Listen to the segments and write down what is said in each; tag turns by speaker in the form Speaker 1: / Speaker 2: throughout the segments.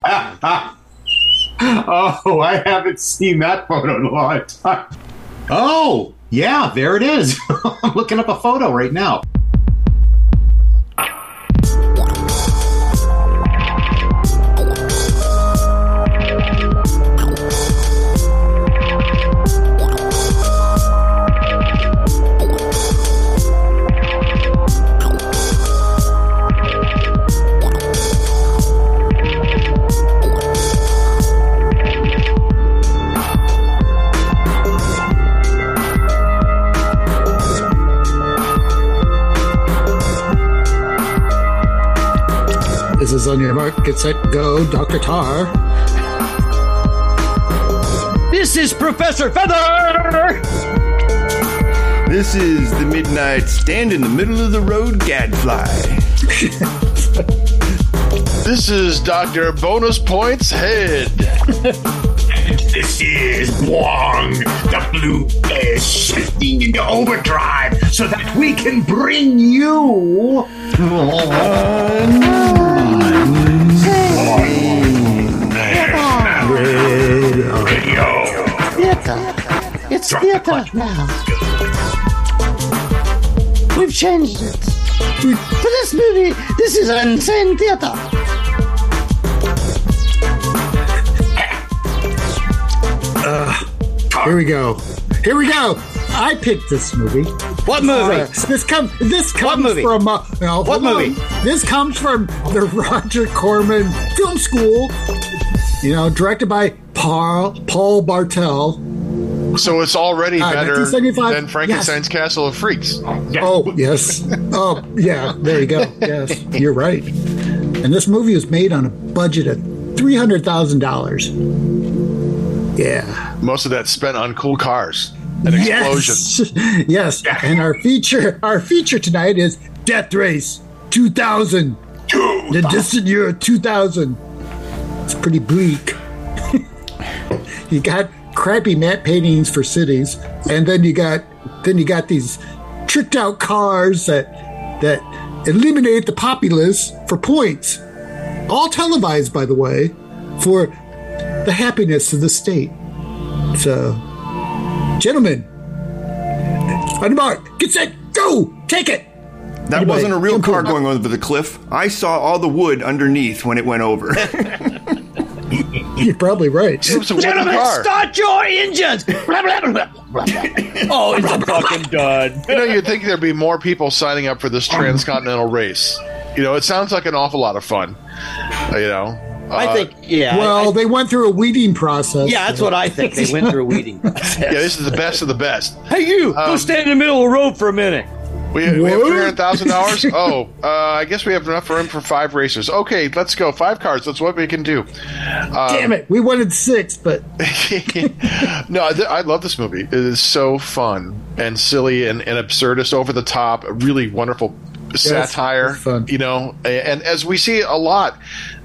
Speaker 1: oh, I haven't seen that photo in a long time. Oh, yeah, there it is. I'm looking up a photo right now.
Speaker 2: This is on your mark, get set, go, Dr. Tar.
Speaker 3: This is Professor Feather!
Speaker 4: This is the Midnight Stand in the Middle of the Road Gadfly.
Speaker 5: This is Dr. Bonus Points Head.
Speaker 6: This is Wong. The blue is shifting into overdrive so that we can bring you. Video.
Speaker 3: Theater. It's
Speaker 6: Drop the
Speaker 3: theater
Speaker 6: clutch.
Speaker 3: now. We've changed it. For this movie, this is insane theater.
Speaker 2: Uh, Here we go. Here we go. I picked this movie. Uh,
Speaker 3: What movie?
Speaker 2: This comes. This comes
Speaker 3: movie?
Speaker 2: from. Uh, no,
Speaker 3: What
Speaker 2: hold on.
Speaker 3: movie?
Speaker 2: This comes from the Roger Corman Film School. You know, directed by Paul Paul Bartel.
Speaker 5: So it's already
Speaker 2: Ah,
Speaker 5: better
Speaker 2: 1975.
Speaker 5: than Frankenstein's Castle of Freaks.
Speaker 2: Oh yes. Oh yeah. There you go. Yes, you're right. And this movie was made on a budget of three hundred thousand dollars. Yeah.
Speaker 5: Most of that's spent on cool cars and explosions.
Speaker 2: Yes. yes. And our feature, our feature tonight is Death Race 2000. The distant year 2000. It's pretty bleak. you got crappy matte paintings for cities, and then you got then you got these tricked out cars that that eliminate the populace for points. All televised, by the way, for the happiness of the state. So Gentlemen, on the mark, get set, go, take it.
Speaker 4: That
Speaker 2: Anyway,
Speaker 4: wasn't a real
Speaker 2: jump
Speaker 4: car
Speaker 2: in.
Speaker 4: going over the cliff. I saw all the wood underneath when it went over.
Speaker 2: You're probably right.
Speaker 5: It was a wooden
Speaker 3: Gentlemen,
Speaker 5: car.
Speaker 3: start your engines! Blah, blah, blah, blah, blah, blah. oh, it's a fucking dud.
Speaker 5: You know, you'd think there'd be more people signing up for this transcontinental race. You know, it sounds like an awful lot of fun. Uh, You know,
Speaker 3: I
Speaker 5: Uh,
Speaker 3: think, yeah. I-
Speaker 2: Well, they went through a weeding process.
Speaker 3: yeah, that's what I think. They went through a weeding process.
Speaker 5: yeah, this is the best of the best.
Speaker 3: Hey, you, go stand in the middle of the road for a minute.
Speaker 5: We, we have
Speaker 2: What?
Speaker 5: three hundred thousand dollars. Oh, uh, I guess we have enough room for five racers. Okay, let's go. Five cars. That's what we can do. Um,
Speaker 2: Damn it, we wanted six, but
Speaker 5: no, I, I love this movie. It is so fun and silly and, and absurdist, over the top, really wonderful satire.
Speaker 2: it's fun.
Speaker 5: You know, and as we see a lot,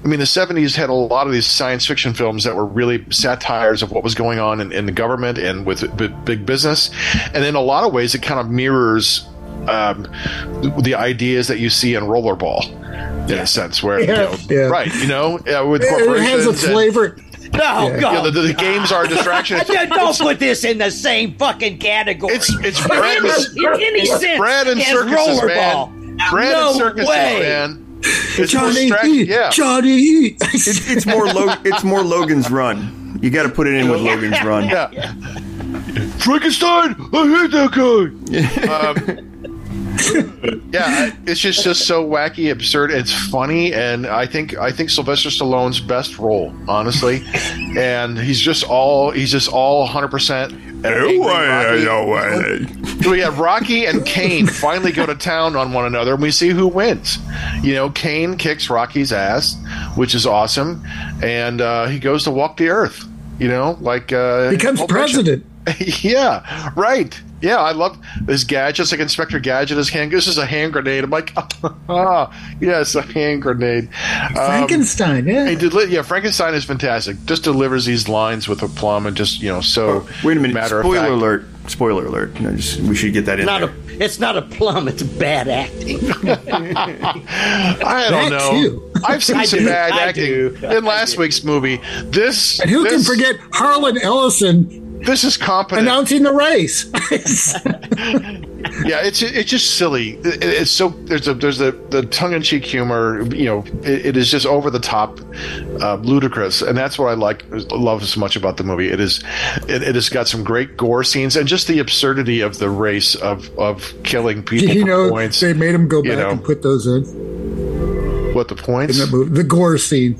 Speaker 5: I mean, the 70s had a lot of these science fiction films that were really satires of what was going on in, in the government and with b- big business. And in a lot of ways, it kind of mirrors um, the ideas that you see in Rollerball. In a sense, where you know,
Speaker 2: Yeah.
Speaker 5: right, you know, uh, with
Speaker 2: it
Speaker 5: corporations
Speaker 2: has a
Speaker 5: and-
Speaker 2: flavor.
Speaker 3: No,
Speaker 2: Yeah.
Speaker 5: you know,
Speaker 3: God.
Speaker 5: the, the games are a distraction.
Speaker 3: Don't- don't put this in the same fucking category.
Speaker 5: It's it's bread and,
Speaker 3: Any- in any sense,
Speaker 5: bread and
Speaker 3: as
Speaker 5: circuses, man.
Speaker 3: rollerball.
Speaker 5: Bread
Speaker 3: no
Speaker 5: and circuses,
Speaker 3: way.
Speaker 5: man. It's
Speaker 2: Johnny
Speaker 5: distract-
Speaker 2: eat,
Speaker 5: yeah.
Speaker 2: Johnny eat.
Speaker 4: It's, it's more Lo- it's more Logan's Run. You got to put it in with Logan's Run.
Speaker 5: Yeah. Frankenstein, I hate that guy. um, yeah, I- it's just just so wacky, absurd. It's funny, and I think I think Sylvester Stallone's best role, honestly, and he's just all he's just all hundred percent. We have Rocky and Kane finally go to town on one another, and we see who wins. You know, Kane kicks Rocky's ass, which is awesome, and uh, he goes to walk the earth. You know, like uh,
Speaker 2: Becomes
Speaker 5: Pulp Fiction.
Speaker 2: president.
Speaker 5: yeah, right. Yeah, I love this gadget. It's like Inspector Gadget. His hand. This is a hand grenade. I'm like, ah, yes, a hand grenade. Um,
Speaker 2: Frankenstein,
Speaker 5: he
Speaker 2: yeah.
Speaker 5: deli- yeah, Frankenstein is fantastic. Just delivers these lines with aplomb and just you know so.
Speaker 4: Wait a minute.
Speaker 5: Matter of
Speaker 4: Spoiler
Speaker 5: fact.
Speaker 4: alert. Spoiler alert. No, just, we should get that in.
Speaker 3: Not
Speaker 4: there.
Speaker 3: a, it's not a plum. It's bad acting.
Speaker 5: I
Speaker 2: That
Speaker 5: don't know.
Speaker 2: too.
Speaker 5: I've seen
Speaker 7: I
Speaker 5: some
Speaker 7: do,
Speaker 5: bad
Speaker 7: I
Speaker 5: acting
Speaker 7: do, I
Speaker 5: in last
Speaker 7: do.
Speaker 5: week's movie. This
Speaker 2: And who can
Speaker 5: this-
Speaker 2: forget Harlan Ellison
Speaker 5: This is competent.
Speaker 2: announcing the race?
Speaker 5: yeah, it's it's just silly. It- It's so there's a there's the the tongue in cheek humor. You know, it, it is just over the top, uh, ludicrous, and that's what I like love so much about the movie. It is, it, it has got some great gore scenes and just the absurdity of the race of of killing people.
Speaker 2: you
Speaker 5: for
Speaker 2: know,
Speaker 5: points.
Speaker 2: they made him go
Speaker 5: you
Speaker 2: back
Speaker 5: know.
Speaker 2: and put those in.
Speaker 5: what the points?
Speaker 2: That movie. The gore scene.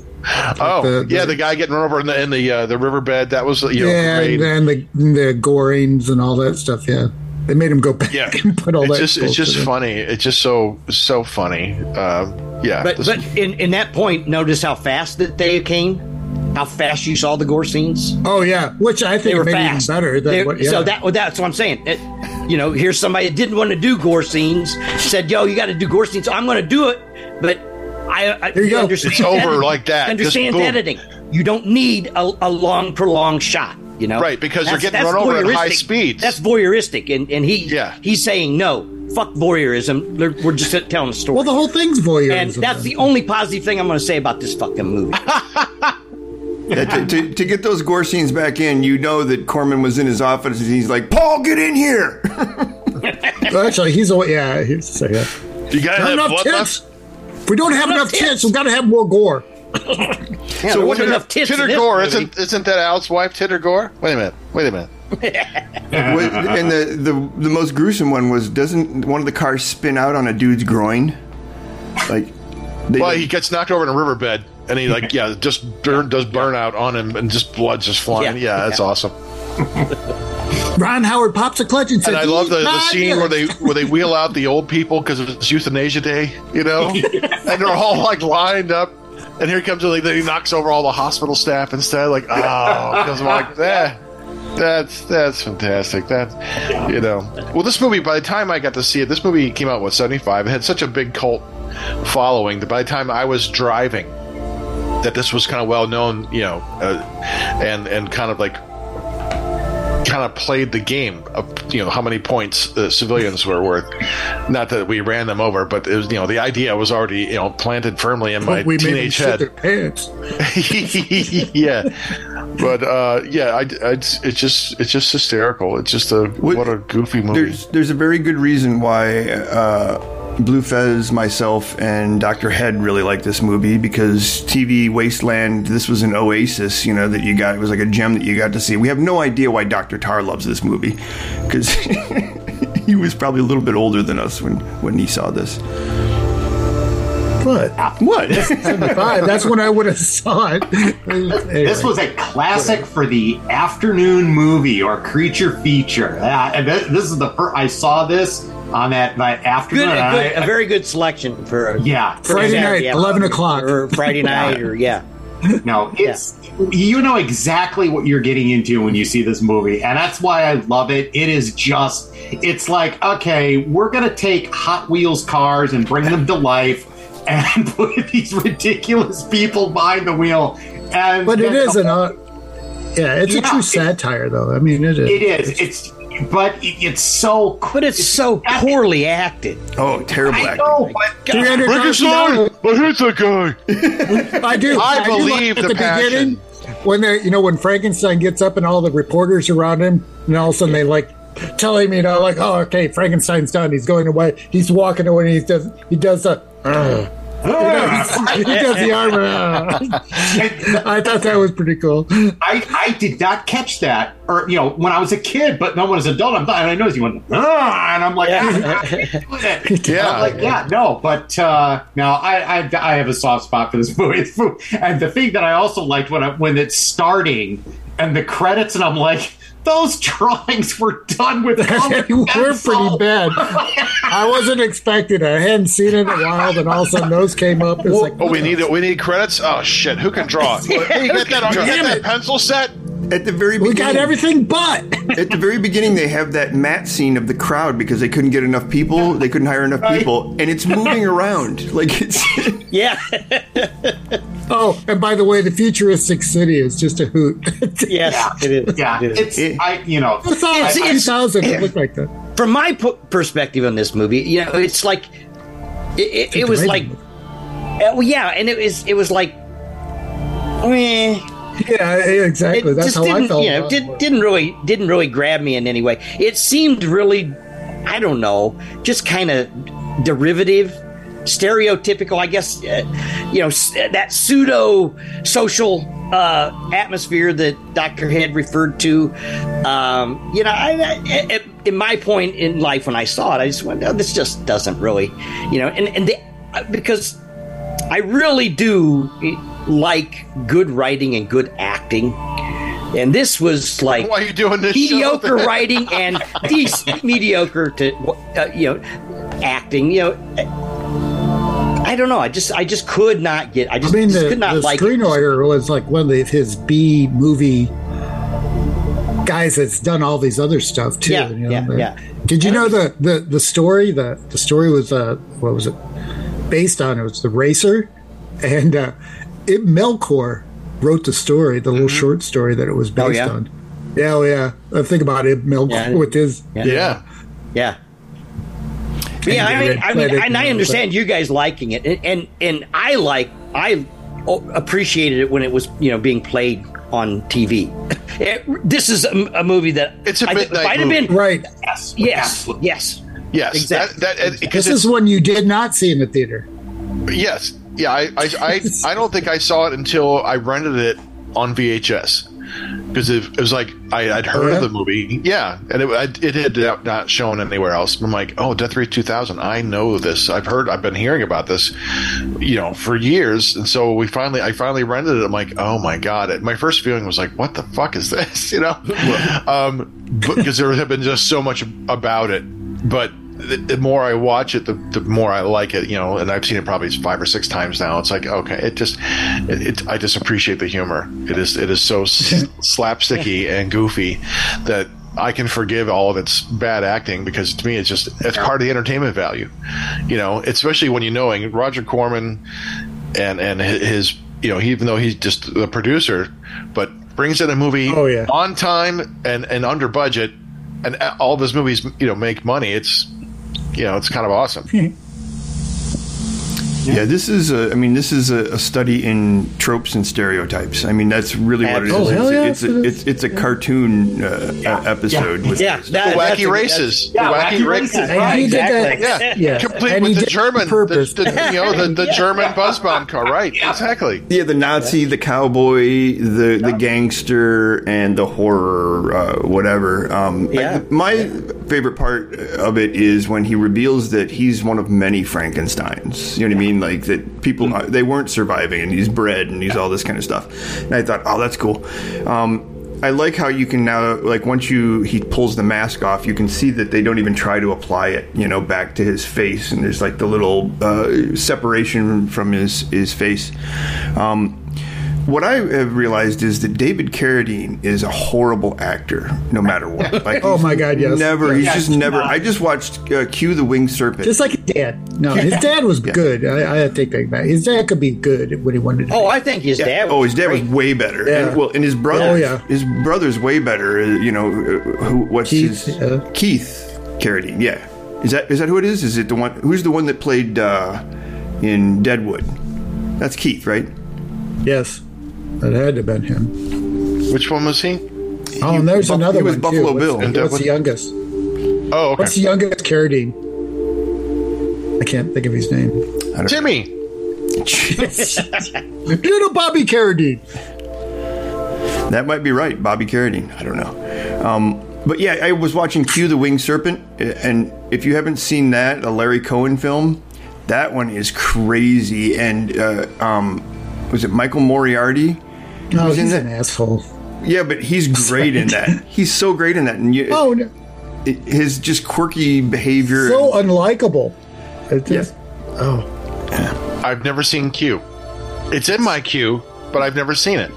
Speaker 5: Oh,
Speaker 2: the-
Speaker 5: yeah,
Speaker 2: the-
Speaker 5: the guy getting run over in the in the uh, the riverbed. That was you know
Speaker 2: yeah,
Speaker 5: great.
Speaker 2: and then the, the gorings and all that stuff. Yeah. They made him go back
Speaker 5: Yeah.
Speaker 2: and put all
Speaker 5: it's
Speaker 2: that
Speaker 5: just it's
Speaker 2: bullshit
Speaker 5: just
Speaker 2: in.
Speaker 5: funny. It's just so so funny. Uh, yeah,
Speaker 7: But
Speaker 5: this-
Speaker 7: but in, in that point, notice how fast that they came, how fast you saw the gore scenes.
Speaker 2: Oh, yeah. Which I
Speaker 7: They
Speaker 2: think
Speaker 7: were
Speaker 2: made it even
Speaker 7: fast.
Speaker 2: better. Than
Speaker 7: They-
Speaker 2: what, yeah.
Speaker 7: So that well, that's what I'm saying. It, you know, here's somebody that didn't want to do gore scenes, said, "Yo, you got to do gore scenes. So I'm going to do it." But I, I
Speaker 2: There you go.
Speaker 7: understand
Speaker 5: It's over
Speaker 7: editing.
Speaker 5: like that. Just
Speaker 7: Understands
Speaker 5: boom.
Speaker 7: editing. You don't need a, a long, prolonged shot. You know,
Speaker 5: Right, because they're getting run over at high
Speaker 7: voyeuristic.
Speaker 5: speeds.
Speaker 7: That's voyeuristic, and and he
Speaker 5: Yeah.
Speaker 7: he's saying no, fuck voyeurism. They're- We're just telling a story.
Speaker 2: well, the whole thing's voyeurism.
Speaker 7: and that's the only positive thing I'm going to say about this fucking movie.
Speaker 4: Yeah, to, to, to get those gore scenes back in, you know that Corman was in his office and he's like, Paul, get in here.
Speaker 2: Well, actually, he's a yeah. He's so, yeah.
Speaker 5: you got
Speaker 2: Not enough tits. If we don't have enough tits, we've got to have more gore.
Speaker 7: so there
Speaker 5: what
Speaker 7: wasn't enough tits in
Speaker 5: Titter
Speaker 7: this
Speaker 5: Gore
Speaker 7: movie.
Speaker 5: isn't isn't that Al's wife Titter Gore? Wait a minute. Wait a minute.
Speaker 4: What- and the, the, the most gruesome one was doesn't one of the cars spin out on a dude's groin? Like, they,
Speaker 5: Well, he gets knocked over in a riverbed, and he like yeah, just burn does burnout on him, and just blood's just flying. Yeah,
Speaker 7: Yeah.
Speaker 5: that's
Speaker 7: Yeah.
Speaker 5: awesome.
Speaker 2: Ron Howard pops a clutch and says,
Speaker 5: And I love the, the
Speaker 2: "Not
Speaker 5: scene
Speaker 2: here."
Speaker 5: where they where they wheel out the old people because it's euthanasia day, you know, and they're all like lined up. And here comes like he knocks over all the hospital staff instead. Like oh, because I'm like that. That's that's fantastic. That you know. Well, this movie by the time I got to see it, this movie came out what seventy five. It had such a big cult following that by the time I was driving, that this was kind of well known, you know, uh, and and kind of like kind of played the game of you know how many points uh, civilians were worth. Not that we ran them over, but it was you know the idea was already you know planted firmly in my
Speaker 2: But we made them
Speaker 5: teenage
Speaker 2: shit
Speaker 5: head.
Speaker 2: their pants.
Speaker 5: yeah, but uh, yeah, I, I- it's it's just it's just hysterical. It's just a what, a goofy movie.
Speaker 4: there's, there's a very good reason why uh, Blue Fez, myself, and Dr. Head really like this movie because TV Wasteland, this was an oasis, you know, that you got. It was like a gem that you got to see. We have no idea why Dr. Tar loves this movie because he was probably a little bit older than us when, when he saw this.
Speaker 2: But
Speaker 4: What?
Speaker 2: five, that's when I would have saw it.
Speaker 1: This was a classic for the afternoon movie or creature feature. Ah, and thi- this is the first I saw this on that my
Speaker 7: good,
Speaker 1: afternoon.
Speaker 7: a,
Speaker 1: and I-
Speaker 7: good, a very good selection for a
Speaker 1: yeah,
Speaker 7: for a
Speaker 2: Friday
Speaker 7: Saturday
Speaker 2: night,
Speaker 7: afternoon
Speaker 2: 11 o'clock.
Speaker 7: or Friday night, or yeah.
Speaker 1: no, it's you know exactly what you're getting into when you see this movie, and that's why I love it. It is just, it's like okay, we're gonna take Hot Wheels cars and bring them to life, and put these ridiculous people behind the wheel. And
Speaker 2: But it
Speaker 1: then-
Speaker 2: is an, uh, yeah, it's
Speaker 1: Yeah,
Speaker 2: a true
Speaker 1: it-
Speaker 2: satire, though. I mean, it is.
Speaker 1: It is. It's. But it- it's so.
Speaker 7: But it's so poorly acted.
Speaker 4: oh, terrible
Speaker 1: I
Speaker 4: acting.
Speaker 1: know, but
Speaker 2: $300
Speaker 5: I hate that guy.
Speaker 2: I do. do
Speaker 5: I
Speaker 2: like
Speaker 5: believe
Speaker 2: at
Speaker 5: the passion.
Speaker 2: when they, you know, when Frankenstein gets up and all the reporters around him, and all of a sudden they like tell him, you know, like, oh, okay, Frankenstein's done. He's going away. He's walking away. And he does. He does the. "Ugh." You know, he does the arm. "Ugh." I thought that was pretty cool.
Speaker 5: Oh
Speaker 1: I, I did not catch that, or you know, when I was a kid, but no one as an adult. I'm not, and I noticed you went, "Ah," and I'm like, "Ah, I can't do that."
Speaker 5: Yeah.
Speaker 1: I'm like, yeah, no, but uh, no, I, I I have a soft spot for this movie. It's fu- and the thing that I also liked when I, when it's starting and the credits, and I'm like, those drawings were done with colored
Speaker 2: they were pretty
Speaker 1: pencil."
Speaker 2: bad. I wasn't expecting it. I hadn't seen it in a while, then all of a sudden those came up. It's like,
Speaker 5: Oh, we need we need credits. Oh shit, who can draw? Hey, you got that, you got that pencil set?
Speaker 4: At the very
Speaker 2: we
Speaker 4: beginning,
Speaker 2: got everything but.
Speaker 4: At the very beginning, they have that mat scene of the crowd because they couldn't get enough people. They couldn't hire enough people, and it's moving around like it's.
Speaker 7: Yeah,
Speaker 2: Oh, and by the way, the futuristic city is just a hoot.
Speaker 7: yes, it is.
Speaker 1: Yeah,
Speaker 7: it is.
Speaker 1: it's I you know,
Speaker 2: I thought
Speaker 7: It's-
Speaker 2: it's,
Speaker 7: it's-
Speaker 2: 2000 it looked like that.
Speaker 7: from my po- perspective on this movie, you know, it's like it, it, it was
Speaker 2: amazing.
Speaker 7: like Uh, well, yeah, and it was it was like, meh.
Speaker 2: Yeah, exactly.
Speaker 7: It
Speaker 2: That's
Speaker 7: just
Speaker 2: how
Speaker 7: didn't,
Speaker 2: I felt.
Speaker 7: You know,
Speaker 2: about it.
Speaker 7: did, didn't really didn't really grab me in any way. It seemed really, I don't know, just kind of derivative, stereotypical. I guess uh, you know s- that pseudo social uh, atmosphere that Doctor Head referred to. Um, you know, I, I, at, in my point in life when I saw it, I just went, "No, this just doesn't really," you know, and and the, uh, because I really do like good writing and good acting. And this was like
Speaker 5: Why are you doing this?
Speaker 7: mediocre
Speaker 5: show?
Speaker 7: writing and decent mediocre to uh, you know acting. You know, I don't know. I just I just could not get. I
Speaker 2: I
Speaker 7: just,
Speaker 2: mean,
Speaker 7: just
Speaker 2: the,
Speaker 7: could not
Speaker 2: the
Speaker 7: like. it.
Speaker 2: screenwriter was like one of the, his B movie guys that's done all these other stuff too.
Speaker 7: Yeah, yeah,
Speaker 2: but-
Speaker 7: yeah.
Speaker 2: Did you know the, the the story? The the story was uh what was it based on? It was the Racer, and uh, it Melkor wrote the story, the little short story that it was based
Speaker 7: Mm-hmm. Oh, yeah?
Speaker 2: on. Yeah, oh, yeah. Uh, think about it, Melkor
Speaker 7: Yeah, I-
Speaker 2: with his
Speaker 7: yeah.
Speaker 5: Yeah.
Speaker 7: Yeah. Yeah, I mean, I mean, and I understand you guys liking it, and and, and I like I o- appreciated it when it was you know being played on TV. It- this is a, a movie that
Speaker 5: It's a
Speaker 7: I- if
Speaker 5: midnight
Speaker 7: I'd have
Speaker 5: movie.
Speaker 7: been
Speaker 2: right.
Speaker 1: Yes.
Speaker 7: yes,
Speaker 1: Absolutely.
Speaker 7: yes,
Speaker 5: Yes.
Speaker 7: Exactly.
Speaker 5: That, that, because
Speaker 2: This
Speaker 5: it's
Speaker 2: is one you did not see in the theater.
Speaker 5: Yes. Yeah, I, I, I, I don't think I saw it until I rented it on VHS. Because it, it was like I, I'd heard
Speaker 2: Yeah.
Speaker 5: of the movie, yeah, and it, I, it had not- not shown anywhere else. I'm like, oh, Death Race 2000. I know this. I've heard. I've been hearing about this, you know, for years. And so we finally, I finally rented it. I'm like, oh my god! It, my first feeling was like, what the fuck is this? You know, um, because there had been just so much about it. But the, the more I watch it, the, the more I like it. You know, and I've seen it probably five or six times now. It's like okay, it just, it, it I just appreciate the humor. It is it is so s- slapsticky and goofy that I can forgive all of its bad acting because to me it's just it's part of the entertainment value. You know, especially when you knowing Roger Corman and and hi- his you know he, even though he's just the producer, but brings in a movie
Speaker 2: Oh, yeah.
Speaker 5: on time and and under budget. And uh, all of his movies, you know, make money. It's you know, it's kind of awesome.
Speaker 4: Yeah, this is a. I mean, this is a, a study in tropes and stereotypes. I mean, that's really what it is.
Speaker 2: Oh, hell yeah,
Speaker 4: it's, a,
Speaker 2: it
Speaker 4: it's, it's a cartoon uh, uh, episode. With,
Speaker 7: yeah.
Speaker 5: The
Speaker 7: that- that's a-
Speaker 5: wacky
Speaker 7: that's-
Speaker 5: races.
Speaker 1: Yeah,
Speaker 5: the wacky,
Speaker 1: wacky
Speaker 5: ra-
Speaker 1: races.
Speaker 2: And
Speaker 1: Right,
Speaker 2: he did
Speaker 7: exactly.
Speaker 2: that.
Speaker 5: Yeah.
Speaker 2: Yeah.
Speaker 5: Complete
Speaker 2: And he
Speaker 5: with the
Speaker 2: did it
Speaker 5: German,
Speaker 2: on purpose.
Speaker 5: the, the- you know, the, the German buzz bomb car. Right, exactly.
Speaker 4: yeah, the Nazi, the cowboy, the the gangster, and the horror, uh, whatever. Um, I-
Speaker 7: Yeah.
Speaker 4: my favorite part of it is when he reveals that he's one of many Frankenstein's. You know what I mean? Like that people they weren't surviving, and he's bred, and he's all this kind of stuff. And I thought, oh, that's cool. Um, I like how you can now, like once you he pulls the mask off, you can see that they don't even try to apply it, you know, back to his face, and there's like the little uh, separation from his his face. Um, what I have realized is that David Carradine is a horrible actor, no matter what. Like,
Speaker 2: Oh
Speaker 4: he's
Speaker 2: my God, yes.
Speaker 4: never. He's just
Speaker 1: he's
Speaker 4: never.
Speaker 1: not.
Speaker 4: I just watched uh, Cue the Winged Serpent.
Speaker 2: Just like his dad. No, his dad was good. I, I take that back. His dad could be good when he wanted to.
Speaker 7: Oh, I think his dad. Was
Speaker 4: oh, his dad
Speaker 7: great.
Speaker 4: was way better.
Speaker 2: Yeah.
Speaker 4: And, well, and his brother,
Speaker 2: Oh, yeah.
Speaker 4: his brother's way better. uh, You know, uh, who? What's
Speaker 2: Keith,
Speaker 4: his?
Speaker 2: yeah.
Speaker 4: Keith Carradine. Yeah, is that is that who it is? Is it the one? Who's the one that played uh, in Deadwood? That's Keith, right?
Speaker 2: yes. That had to have been him.
Speaker 5: Which one was he?
Speaker 2: Oh, and there's
Speaker 4: Buff-
Speaker 2: another
Speaker 4: he was
Speaker 2: one.
Speaker 4: Buffalo
Speaker 2: too. What's-
Speaker 4: Bill.
Speaker 2: What's, the youngest?
Speaker 5: Oh, okay.
Speaker 2: What's the youngest Carradine? I can't think of his name.
Speaker 5: Timmy.
Speaker 2: Little Bobby Carradine.
Speaker 4: That might be right, Bobby Carradine. I don't know. Um, but yeah, I was watching Q the Winged Serpent, and if you haven't seen that, a Larry Cohen film, that one is crazy. And uh, um, was it Michael Moriarty?
Speaker 2: No,
Speaker 4: He's in
Speaker 2: Oh, he's
Speaker 4: the-
Speaker 2: an asshole.
Speaker 4: Yeah, but he's great in that. He's so great in that, and you,
Speaker 2: Oh, no.
Speaker 4: his just quirky behavior.
Speaker 2: so unlikable. It just, Oh,
Speaker 5: I've never seen Q. It's in my queue, but I've never seen it.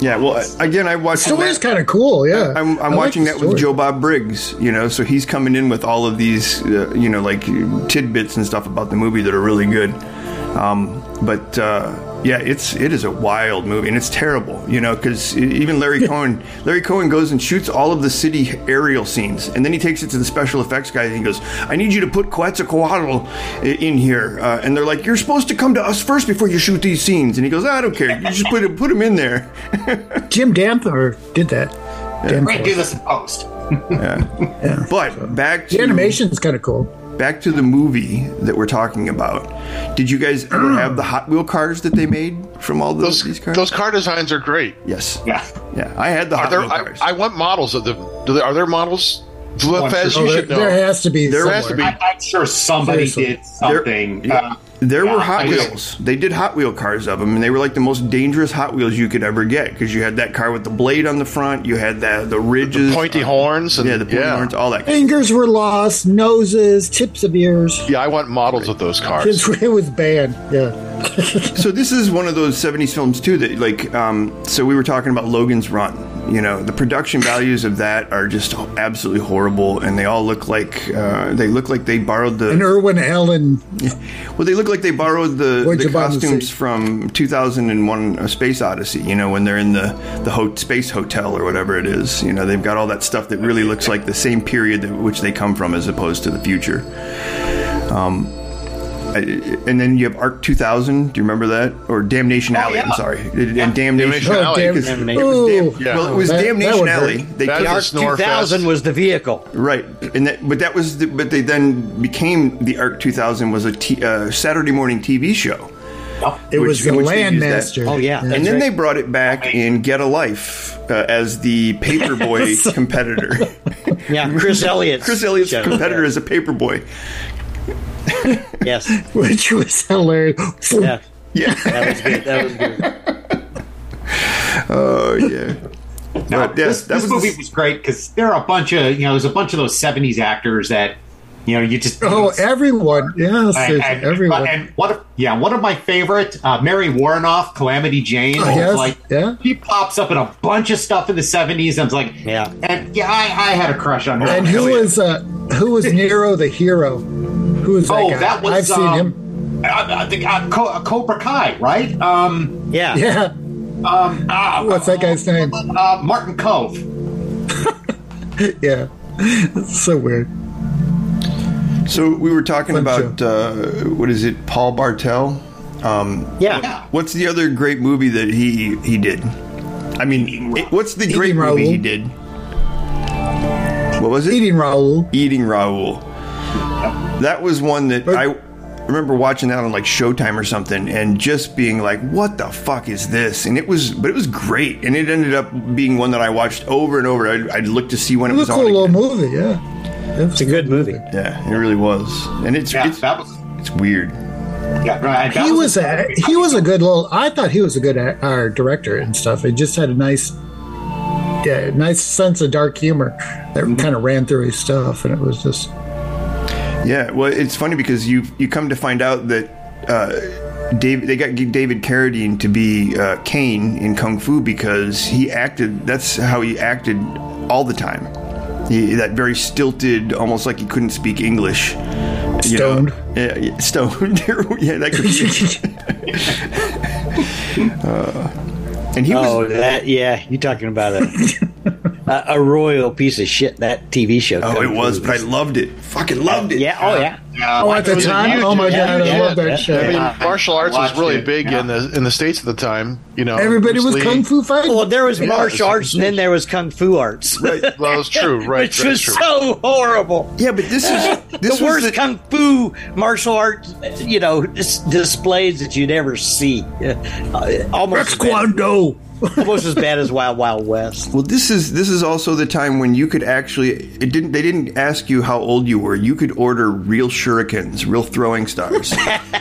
Speaker 4: yeah, well, again, I watched.
Speaker 2: so
Speaker 4: that-
Speaker 2: it's kind of cool. Yeah,
Speaker 4: I'm, I'm
Speaker 2: I like
Speaker 4: watching
Speaker 2: the
Speaker 4: that with
Speaker 2: story.
Speaker 4: Joe Bob Briggs, you know, so he's coming in with all of these, uh, you know, like tidbits and stuff about the movie that are really good. Um, but uh, Yeah, it's it is a wild movie and it's terrible, you know, because even Larry Cohen, Larry Cohen goes and shoots all of the city aerial scenes, and then he takes it to the special effects guy and he goes, "I need you to put Quetzalcoatl i- in here," uh, and they're like, "You're supposed to come to us first before you shoot these scenes," and he goes, "I don't care, you just put it, put him in there."
Speaker 2: Jim Danforth did that.
Speaker 1: Great, do
Speaker 2: Danforth.
Speaker 1: this in post.
Speaker 4: But back to
Speaker 2: The animation's kind of cool.
Speaker 4: back to the movie that we're talking about. Did you guys ever have the Hot Wheel cars that they made from all those,
Speaker 5: Those,
Speaker 4: these cars?
Speaker 5: those car designs are great.
Speaker 4: yes.
Speaker 1: Yeah.
Speaker 4: Yeah, I had the
Speaker 5: Are
Speaker 4: Hot
Speaker 5: there?
Speaker 4: Wheel
Speaker 5: I,
Speaker 4: cars.
Speaker 5: I want models of the. Do there, are there models? Fez,
Speaker 1: sure.
Speaker 5: you
Speaker 2: Oh, there,
Speaker 5: should know.
Speaker 2: there has to be.
Speaker 4: There
Speaker 2: somewhere.
Speaker 5: has to be.
Speaker 1: I, I'm sure somebody
Speaker 2: Seriously.
Speaker 1: did something.
Speaker 4: There, yeah,
Speaker 1: uh,
Speaker 4: there were
Speaker 1: yeah,
Speaker 4: Hot
Speaker 1: I just-
Speaker 4: Wheels. They did Hot Wheel cars of them, and they were like the most dangerous Hot Wheels you could ever get because you had that car with the blade on the front, you had that the ridges,
Speaker 5: pointy
Speaker 4: uh,
Speaker 5: horns and
Speaker 4: yeah, the pointy horns, all that.
Speaker 2: Fingers were lost, noses, tips of ears.
Speaker 5: Yeah, I want models of those cars.
Speaker 2: It's- It was banned. Yeah.
Speaker 4: So this is one of those '70s films too that, like, um, so we were talking about Logan's Run. You know, the production values of that are just absolutely horrible, and they all look like uh, they look like they borrowed the
Speaker 2: And Irwin Allen.
Speaker 4: Well, they look like they borrowed the,
Speaker 2: Where'd
Speaker 4: the
Speaker 2: you buy them,
Speaker 4: costumes
Speaker 2: Sid?
Speaker 4: from 2001: A uh, Space Odyssey. You know, when they're in the the ho- space hotel or whatever it is. You know, they've got all that stuff that really looks like the same period that, which they come from, as opposed to the future. Um, I- and then you have Arc 2000. Do you remember that? Or Damnation Alley? I'm sorry. And Damnation.
Speaker 5: Damnation
Speaker 2: Oh,
Speaker 5: Alley,
Speaker 2: damn-
Speaker 4: because it
Speaker 7: Damnation.
Speaker 4: was Dam-
Speaker 2: Ooh.
Speaker 5: Yeah.
Speaker 4: Well, it was
Speaker 2: That- that
Speaker 4: Damnation
Speaker 2: would
Speaker 4: Alley.
Speaker 2: hurt.
Speaker 4: They kept-
Speaker 5: That is-
Speaker 7: Dark
Speaker 5: snore
Speaker 7: 2000
Speaker 5: fest.
Speaker 7: was the vehicle.
Speaker 4: Right, and that, but that was, the, but they then became the Arc 2000 was a t, uh, Saturday morning TV show.
Speaker 2: It
Speaker 4: Which-
Speaker 2: was the
Speaker 4: in which they used that.
Speaker 2: Landmaster.
Speaker 7: Oh, yeah.
Speaker 4: and then they brought it back in Get a Life uh, as the Paperboy competitor.
Speaker 7: Yeah, Chris Elliott.
Speaker 4: Chris Elliott's competitor is a Paperboy.
Speaker 7: Yes.
Speaker 2: Which was hilarious.
Speaker 7: Yeah.
Speaker 4: Yeah.
Speaker 7: That was good. That was good.
Speaker 4: Oh yeah.
Speaker 1: No,
Speaker 4: But, yeah,
Speaker 1: this,
Speaker 4: that
Speaker 1: this
Speaker 4: was
Speaker 1: movie
Speaker 4: this-
Speaker 1: was great because there are a bunch of you know there's a bunch of those '70s actors that you know you just
Speaker 2: Oh, everyone. Yes,
Speaker 1: and,
Speaker 2: there's
Speaker 1: and-
Speaker 2: everyone.
Speaker 1: and one of, yeah, one of my favorite, uh, Mary Warrenoff, Calamity Jane.
Speaker 2: Oh, yes,
Speaker 1: like,
Speaker 2: yeah.
Speaker 1: She pops up in a bunch of stuff in the 70s. And I was like,
Speaker 7: Yeah.
Speaker 1: And yeah, I, I had a crush on her.
Speaker 2: And who was uh, who was Nero the hero? Who was that
Speaker 1: Oh,
Speaker 2: guy?
Speaker 1: that was,
Speaker 2: I've seen
Speaker 1: um,
Speaker 2: him.
Speaker 1: I, I think uh, Co- uh, Cobra Kai, right? Um,
Speaker 7: Yeah.
Speaker 2: Yeah.
Speaker 1: ah,
Speaker 2: What's that guy's name?
Speaker 1: uh, Martin Cove.
Speaker 2: Yeah. It's so weird.
Speaker 4: So we were talking
Speaker 2: Fun
Speaker 4: about uh, what is it? Paul Bartel. Um,
Speaker 7: Yeah.
Speaker 4: what's the other great movie that he he did? I mean, it- what's the great
Speaker 2: Eating
Speaker 4: movie he
Speaker 2: Raoul.
Speaker 4: did? What was it?
Speaker 2: Eating Raul.
Speaker 4: Eating Raoul. That was one that I remember watching that on like Showtime or something and just being like, what the fuck is this? And it was, but it was great. And it ended up being one that I watched over and over. I'd, I'd look to see when
Speaker 2: It
Speaker 4: it,
Speaker 2: was
Speaker 4: was
Speaker 2: a cool little
Speaker 4: on. Again.
Speaker 2: movie, yeah. It's
Speaker 7: It's a good movie.
Speaker 4: Yeah, it really was. And it's,
Speaker 1: Yeah,
Speaker 4: it's,
Speaker 1: that was.
Speaker 4: it's weird.
Speaker 1: Yeah, right, that
Speaker 2: he was a he was a good little. I thought he was a good a- uh, director and stuff. It just had a nice, yeah, nice sense of dark humor that
Speaker 4: Mm-hmm.
Speaker 2: kind of ran through his stuff, and it was just
Speaker 4: Yeah, well, it's funny because you you come to find out that uh, David they got David Carradine to be uh, Kane in Kung Fu because he acted. That's how he acted all the time. He, that very stilted, almost like he couldn't speak English. you know?
Speaker 2: Stoned.
Speaker 4: Yeah, yeah, stoned. yeah, that could be. Uh, and he was
Speaker 7: Oh, that, yeah. You're talking about a, a, a royal piece of shit, that TV show.
Speaker 4: Oh, it was, but I loved it. Fucking loved it.
Speaker 7: Yeah. Oh, yeah.
Speaker 1: Yeah,
Speaker 2: oh, at the
Speaker 5: was a
Speaker 2: time,
Speaker 5: huge-
Speaker 2: oh my
Speaker 5: yeah,
Speaker 2: god, I
Speaker 5: yeah,
Speaker 2: love that
Speaker 7: yeah.
Speaker 2: show.
Speaker 5: I mean, martial arts was
Speaker 1: Watched
Speaker 5: really
Speaker 1: it,
Speaker 5: big
Speaker 1: yeah.
Speaker 5: in the in the states at the time. You know,
Speaker 2: Everybody
Speaker 5: Bruce
Speaker 2: was
Speaker 5: Lee.
Speaker 2: kung fu fighting.
Speaker 4: Oh,
Speaker 7: Well, there was martial
Speaker 5: it's-
Speaker 7: arts, and then there was kung fu arts,
Speaker 5: Well, that was true, right?
Speaker 7: which
Speaker 5: right,
Speaker 7: was
Speaker 5: true.
Speaker 7: so horrible.
Speaker 4: Yeah, but this is this
Speaker 7: the
Speaker 4: was
Speaker 7: worst kung fu martial arts, you know, dis- displays that you'd ever see. Uh, almost, as bad,
Speaker 2: Taekwondo.
Speaker 7: almost as bad as Wild Wild West.
Speaker 4: Well, this is this is also the time when you could actually it didn't they didn't ask you how old you were. You could order real shurikens, real throwing stars.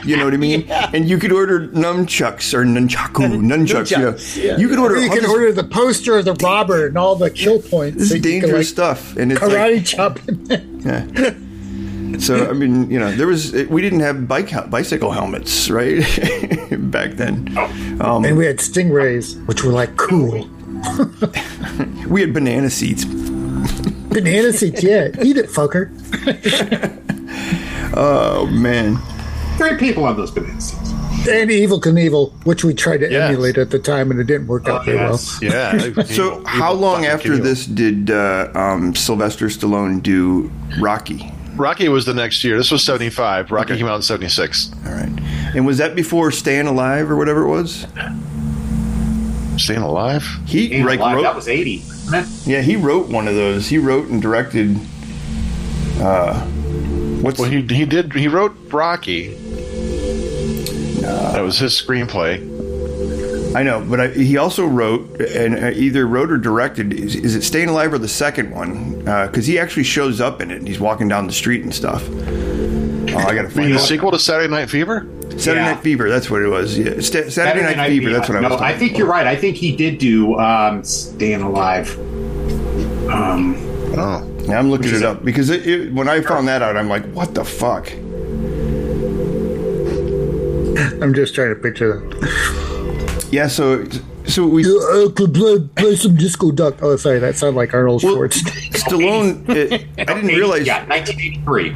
Speaker 4: you know what I mean? And you could order nunchucks or nunchaku, nunchucks.
Speaker 7: Nunchucks,
Speaker 4: yeah.
Speaker 7: yeah.
Speaker 4: you could order.
Speaker 2: Or you
Speaker 4: all
Speaker 2: can
Speaker 4: this,
Speaker 2: order the poster of the robber and all the kill points.
Speaker 4: this
Speaker 2: that
Speaker 4: is
Speaker 2: you can,
Speaker 4: dangerous
Speaker 2: like,
Speaker 4: stuff, and it's
Speaker 2: Karate
Speaker 4: like,
Speaker 2: chop.
Speaker 4: so. I mean, you know, there was we didn't have bike hel- bicycle helmets, right? Back then,
Speaker 2: Oh. and we had stingrays, which were like cool.
Speaker 4: we had banana seats.
Speaker 2: Banana seats, yeah. Eat it, fucker.
Speaker 4: Oh man. Oh,
Speaker 1: three people on those bananas.
Speaker 2: and Evil Knievel, which we tried to
Speaker 5: Yes.
Speaker 2: emulate at the time, and it didn't work
Speaker 4: Oh,
Speaker 2: out very well.
Speaker 5: yeah.
Speaker 4: So, how long after this did uh, um, Sylvester Stallone do Rocky?
Speaker 5: Rocky was the next year. This was 75. Rocky came out in 76.
Speaker 4: All right. And was that before Staying Alive or whatever it was?
Speaker 5: Staying alive?
Speaker 4: He
Speaker 1: Ain't
Speaker 4: like,
Speaker 1: Alive,
Speaker 4: wrote.
Speaker 1: that was 80. wasn't it?
Speaker 4: yeah, he wrote one of those. He wrote and directed. Uh, what's
Speaker 5: Well, he, he did. He wrote Rocky. That was his screenplay.
Speaker 4: I know, but I, he also wrote and uh, either wrote or directed. Is, is it Staying Alive or the second one? Because he actually shows up in it. and He's walking down the street and stuff. Oh, I gotta
Speaker 5: I mean,
Speaker 4: find
Speaker 5: the
Speaker 4: it.
Speaker 5: sequel to Saturday Night Fever?
Speaker 4: Saturday
Speaker 1: Yeah.
Speaker 4: Night Fever. That's what it was. Yeah, Sta- Saturday Night, Fever. That's what I was.
Speaker 1: No,
Speaker 4: talking
Speaker 1: I think you're right. I think he did do um, Staying Alive. Um,
Speaker 5: Oh.
Speaker 4: Yeah, I'm looking it up because it, it, when I found that out, I'm like, what the fuck?
Speaker 2: I'm just trying to picture that.
Speaker 4: Yeah, so so we
Speaker 2: You, uh, could play, play some disco duck. Oh, sorry, that sounded like Arnold Schwarzenegger.
Speaker 4: Stallone. It, I didn't
Speaker 1: 80
Speaker 4: realize.
Speaker 1: Yeah, 1983.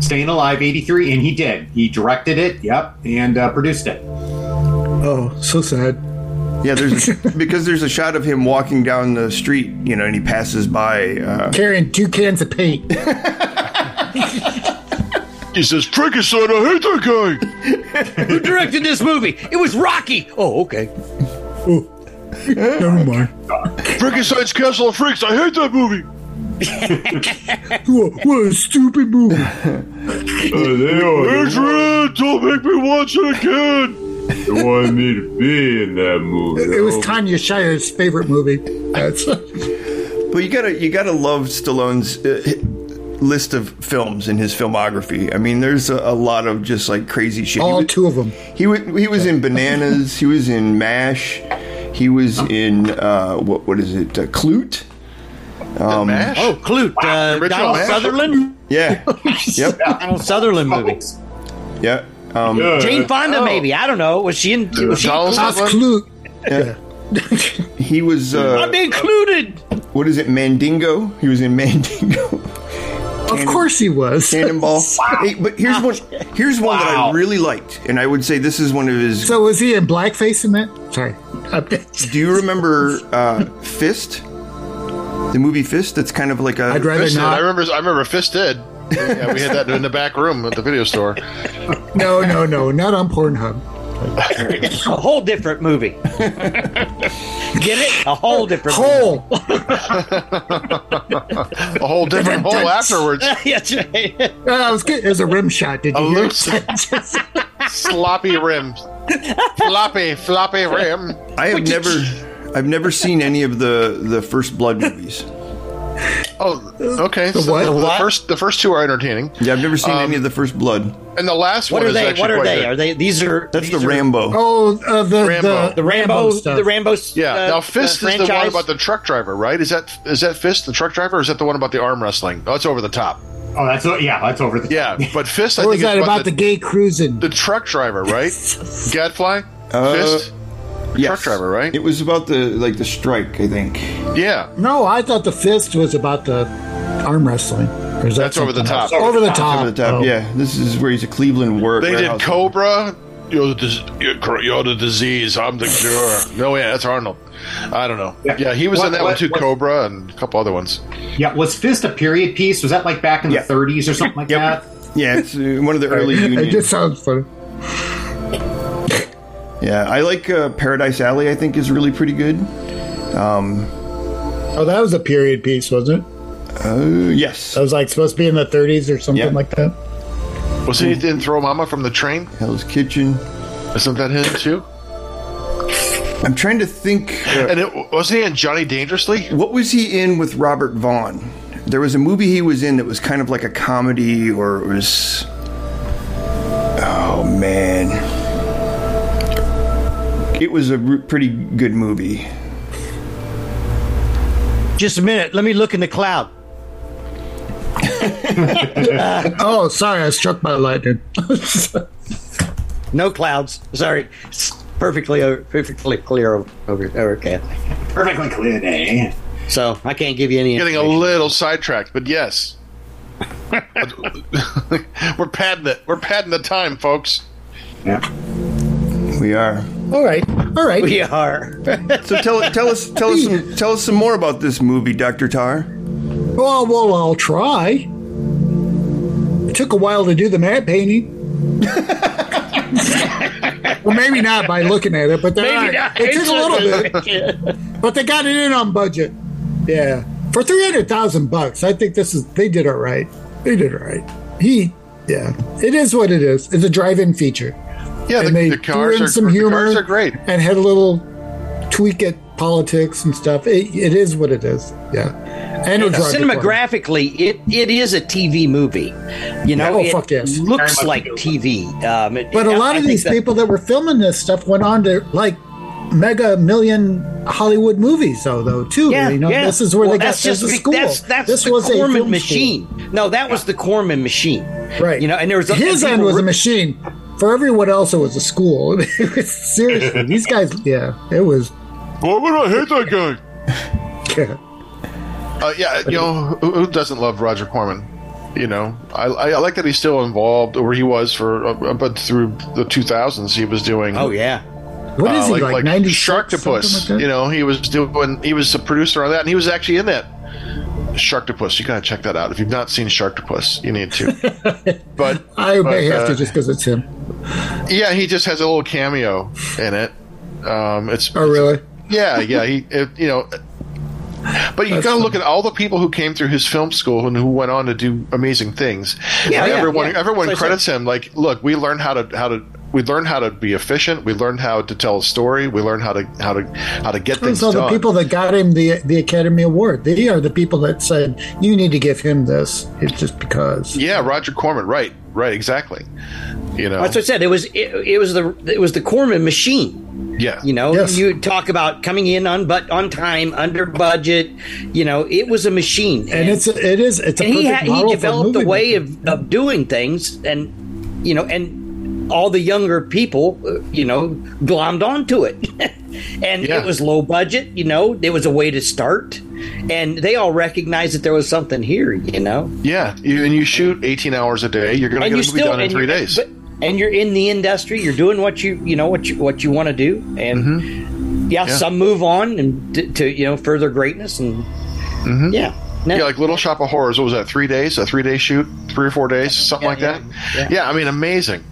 Speaker 1: Staying Alive, 83. And he did. He directed it. Yep. And uh, produced it.
Speaker 2: Oh, so sad.
Speaker 4: Yeah, there's because there's a shot of him walking down the street, you know, and he passes by. Uh,
Speaker 2: Carrying two cans of paint.
Speaker 5: He says, Frankenstein, I hate that guy.
Speaker 7: Who directed this movie? It was Rocky. Oh, okay.
Speaker 2: Never mind.
Speaker 5: Frankenstein's Castle of Freaks. I hate that movie.
Speaker 2: What, what a stupid movie.
Speaker 8: Uh,
Speaker 5: Adrian, don't make me watch it again.
Speaker 8: You wanted me to be in that movie.
Speaker 2: It was Tanya Shire's favorite movie. That's
Speaker 4: but you gotta you gotta love Stallone's uh, list of films in his filmography. I mean, there's a, a lot of just like crazy shit.
Speaker 2: all
Speaker 4: he was,
Speaker 2: two of them.
Speaker 4: He, wa- he was in Bananas. he was in Mash. He was in uh, what what is it? Uh, Clute.
Speaker 5: Um, MASH?
Speaker 7: Oh, Clute. Uh,
Speaker 5: Richard
Speaker 7: Donald
Speaker 5: Lash.
Speaker 7: Sutherland.
Speaker 4: Yeah. yep.
Speaker 7: Donald Sutherland movie.
Speaker 4: Yeah. Um,
Speaker 7: Jane Fonda, maybe. I don't know. Was she in? Was she in
Speaker 5: Donald
Speaker 7: Clute?
Speaker 2: That's Clue.
Speaker 5: Sutherland?
Speaker 4: yeah. He was
Speaker 7: I'm
Speaker 4: uh,
Speaker 7: included.
Speaker 4: what is it? Mandingo. He was in Mandingo.
Speaker 2: Of course he was.
Speaker 4: Cannonball. Hey, but here's one. Here's one that I
Speaker 1: Wow.
Speaker 4: really liked, and I would say this is one of his.
Speaker 2: So was he in blackface in that? Sorry.
Speaker 4: do you remember uh, Fist? The movie Fist. That's kind of like a.
Speaker 2: I'd rather
Speaker 5: Fist did. I
Speaker 2: not.
Speaker 5: remember. I remember Fist did. Yeah, we had that in the back room at the video store.
Speaker 2: No, no, no. Not on Pornhub.
Speaker 7: A whole different movie. Get it? A whole different.
Speaker 2: Hole.
Speaker 5: A whole different hole afterwards.
Speaker 7: Movie. That's right.
Speaker 2: Uh, I was good. It was a rim shot. Did you hear?
Speaker 5: loose- Sloppy rim. floppy, floppy rim.
Speaker 4: I have never. I've never seen any of the the First Blood movies.
Speaker 5: Oh, okay.
Speaker 2: The
Speaker 5: so
Speaker 2: what?
Speaker 5: the,
Speaker 2: The what?
Speaker 5: first, the first two are entertaining,
Speaker 4: Yeah, I've never seen any of the First Blood.
Speaker 5: and the last
Speaker 7: What
Speaker 5: one
Speaker 7: are
Speaker 5: is
Speaker 7: they?
Speaker 5: actually
Speaker 7: What are
Speaker 5: quite
Speaker 7: they?
Speaker 5: good.
Speaker 7: Are they? These are.
Speaker 4: That's the
Speaker 7: these are-
Speaker 4: Rambo.
Speaker 2: Oh, uh, the,
Speaker 5: Rambo.
Speaker 2: the
Speaker 7: The Rambo.
Speaker 2: stuff.
Speaker 7: The Rambo's.
Speaker 5: Yeah.
Speaker 7: uh,
Speaker 5: now, Fist
Speaker 7: uh,
Speaker 5: is the one
Speaker 7: franchise.
Speaker 5: about the truck driver, right? Is that is that Fist the truck driver, or is that the one about the arm wrestling? Oh, it's over the top.
Speaker 1: Oh, that's o- yeah, that's over the
Speaker 5: Yeah, but Fist. I
Speaker 2: What was
Speaker 5: think is
Speaker 2: that about the, gay cruising?
Speaker 5: the truck driver, right? Gadfly.
Speaker 4: Uh,
Speaker 5: Fist.
Speaker 4: Yes.
Speaker 5: driver, right?
Speaker 4: It was about the like the strike, I think.
Speaker 5: Yeah.
Speaker 2: no, I thought the fist was about the arm wrestling. Or is that
Speaker 5: That's over the
Speaker 2: something else?
Speaker 5: top.
Speaker 2: Over the top.
Speaker 4: Over the top.
Speaker 2: Oh.
Speaker 4: uh, Yeah, this is where he's a Cleveland work.
Speaker 5: They did
Speaker 4: warehouse.
Speaker 5: Cobra. You're the, dis- you're, cor- you're the disease. I'm the cure. No, yeah, that's Arnold. I don't know. Yeah,
Speaker 1: Yeah.
Speaker 5: he was
Speaker 1: What-
Speaker 5: in that one
Speaker 1: what-
Speaker 5: too,
Speaker 1: what-
Speaker 5: Cobra, and a couple other ones.
Speaker 1: Yeah, was Fist a period piece? Was that like back in
Speaker 4: Yeah.
Speaker 1: the 30s or something like
Speaker 4: Yep.
Speaker 1: that?
Speaker 4: Yeah, it's uh, one of the early
Speaker 2: Oh. It
Speaker 4: unions.
Speaker 2: just sounds funny.
Speaker 4: Yeah, I like uh, Paradise Alley. I think is really pretty good.
Speaker 2: Oh, that was a period piece, wasn't it?
Speaker 4: Uh, yes,
Speaker 2: That was like supposed to be in the 30s or something
Speaker 4: Yeah.
Speaker 2: like that.
Speaker 5: Was
Speaker 1: Hmm.
Speaker 5: he in Throw Mama from the Train?
Speaker 4: Hell's Kitchen.
Speaker 5: Isn't that him too?
Speaker 4: I'm trying to think. uh,
Speaker 5: And it, was he in Johnny Dangerously?
Speaker 4: what was he in with Robert Vaughn? There was a movie he was in that was kind of like a comedy, or it was. Oh man, it was a r- pretty good movie.
Speaker 7: Just a minute. Let me look in the cloud.
Speaker 2: Oh, sorry, I was struck by lightning.
Speaker 7: No clouds. Sorry. It's perfectly, o- perfectly clear o- over overcast.
Speaker 1: Perfectly clear day.
Speaker 7: So I can't give you any.
Speaker 5: Getting a
Speaker 7: information.
Speaker 5: little sidetracked, but yes. We're padding it. We're padding the time, folks.
Speaker 1: Yeah.
Speaker 4: We are.
Speaker 2: All right. All right.
Speaker 7: We are.
Speaker 4: So tell tell us tell us some, tell us some more about this movie, Doctor Tar.
Speaker 2: Well, Oh, well, I'll try. It took a while to do the matte painting. well, maybe not by looking at it, but they
Speaker 7: Maybe not.
Speaker 2: it took a little bit. But they got it in on budget. Yeah, for three hundred thousand bucks, I think this is they did all right. They did all right. He, yeah, it is what it is. It's a drive-in feature,
Speaker 5: Yeah, the,
Speaker 2: and they
Speaker 5: the
Speaker 2: threw
Speaker 5: cars
Speaker 2: in
Speaker 5: are
Speaker 2: some
Speaker 5: the
Speaker 2: humor
Speaker 5: cars are great.
Speaker 2: and had a little tweak at politics and stuff. It, it is what it is. Yeah, and it'll drive you forward.
Speaker 7: Cinematographically, it, it is a TV movie. You know,
Speaker 2: Oh,
Speaker 7: it
Speaker 2: fuck yes.
Speaker 1: Very
Speaker 7: looks
Speaker 1: much
Speaker 7: like
Speaker 1: a good
Speaker 7: TV. Um, it-
Speaker 2: But a lot
Speaker 7: I
Speaker 2: of
Speaker 7: think
Speaker 2: these
Speaker 7: that-
Speaker 2: people that were filming this stuff went on to like mega million Hollywood movies, though, though too.
Speaker 7: Yeah,
Speaker 2: you know,
Speaker 7: yeah.
Speaker 2: this is where they
Speaker 7: Well,
Speaker 2: got
Speaker 7: that's
Speaker 2: this
Speaker 7: just
Speaker 2: is a
Speaker 7: be-
Speaker 2: school.
Speaker 7: That's, that's
Speaker 2: this
Speaker 7: the
Speaker 2: was a film
Speaker 7: Corman
Speaker 2: school.
Speaker 7: machine. No, that was the Corman machine.
Speaker 2: right?
Speaker 7: You know, and there was a-
Speaker 2: his
Speaker 7: and
Speaker 2: end
Speaker 7: people
Speaker 2: was a
Speaker 7: re-
Speaker 2: machine. For everyone else, it was a school. Seriously, these guys. Yeah, it was.
Speaker 5: Why would I hate that guy?
Speaker 2: Yeah.
Speaker 5: Uh, yeah, you know who, who doesn't love Roger Corman? You know, I, I, I like that he's still involved, or he was for uh, up but through the 2000s. He was doing
Speaker 7: Oh yeah.
Speaker 2: What is
Speaker 5: uh,
Speaker 2: he like? Ninety
Speaker 5: Sharktopus. you know, he was doing. He was a producer on that, and he was actually in that. Sharktopus. You gotta check that out. If you've not seen Sharktopus, you need to. but
Speaker 2: I
Speaker 5: but,
Speaker 2: may have
Speaker 5: uh,
Speaker 2: to just because it's him.
Speaker 5: yeah, he just has a little cameo in it. Um, it's
Speaker 2: Oh, really?
Speaker 5: yeah, yeah. He, it, you know, but you got to look at all the people who came through his film school and who went on to do amazing things.
Speaker 7: Yeah,
Speaker 5: And
Speaker 7: yeah,
Speaker 5: everyone,
Speaker 7: yeah.
Speaker 5: everyone
Speaker 7: So- so-
Speaker 5: credits him. Like, look, we learned how to how to we learned how to be efficient. We learned how to tell a story. We learned how to how to how to get things
Speaker 2: So the
Speaker 5: done.
Speaker 2: people that got him the the Academy Award, they are the people that said you need to give him this. It's just because.
Speaker 5: yeah, Roger Corman. Right, right, exactly. You know,
Speaker 7: That's what I said. It was it, it was the it was the Corman machine.
Speaker 5: yeah,
Speaker 7: You know,
Speaker 2: Yes.
Speaker 7: you talk about coming in on but on time, under budget. You know, it was a machine,
Speaker 2: and it's it is it's a
Speaker 7: and
Speaker 2: perfect
Speaker 7: he ha- he
Speaker 2: model
Speaker 7: developed
Speaker 2: for
Speaker 7: a
Speaker 2: movie
Speaker 7: way
Speaker 2: making.
Speaker 7: of, of doing things, and you know, and all the younger people, uh, you know, glommed onto it, and
Speaker 5: Yeah.
Speaker 7: it was low budget. You know, it was a way to start, and they all recognized that there was something here. You know,
Speaker 5: yeah. You, and you shoot eighteen hours a day. You're going to
Speaker 7: and
Speaker 5: get a
Speaker 7: you
Speaker 5: movie
Speaker 7: still
Speaker 5: done in
Speaker 7: and
Speaker 5: three
Speaker 7: you're-
Speaker 5: days.
Speaker 7: but- and you're in the industry. You're doing what you you know what you what you want to do, and
Speaker 5: Mm-hmm.
Speaker 7: yeah, some move on and t- to you know further greatness, and yeah, No,
Speaker 5: Mm-hmm. Yeah, like Little Shop of Horrors. What was that? Three days? A three day shoot? Three or four days? Something
Speaker 7: Yeah,
Speaker 5: like
Speaker 7: yeah,
Speaker 5: that. Yeah. I mean, amazing.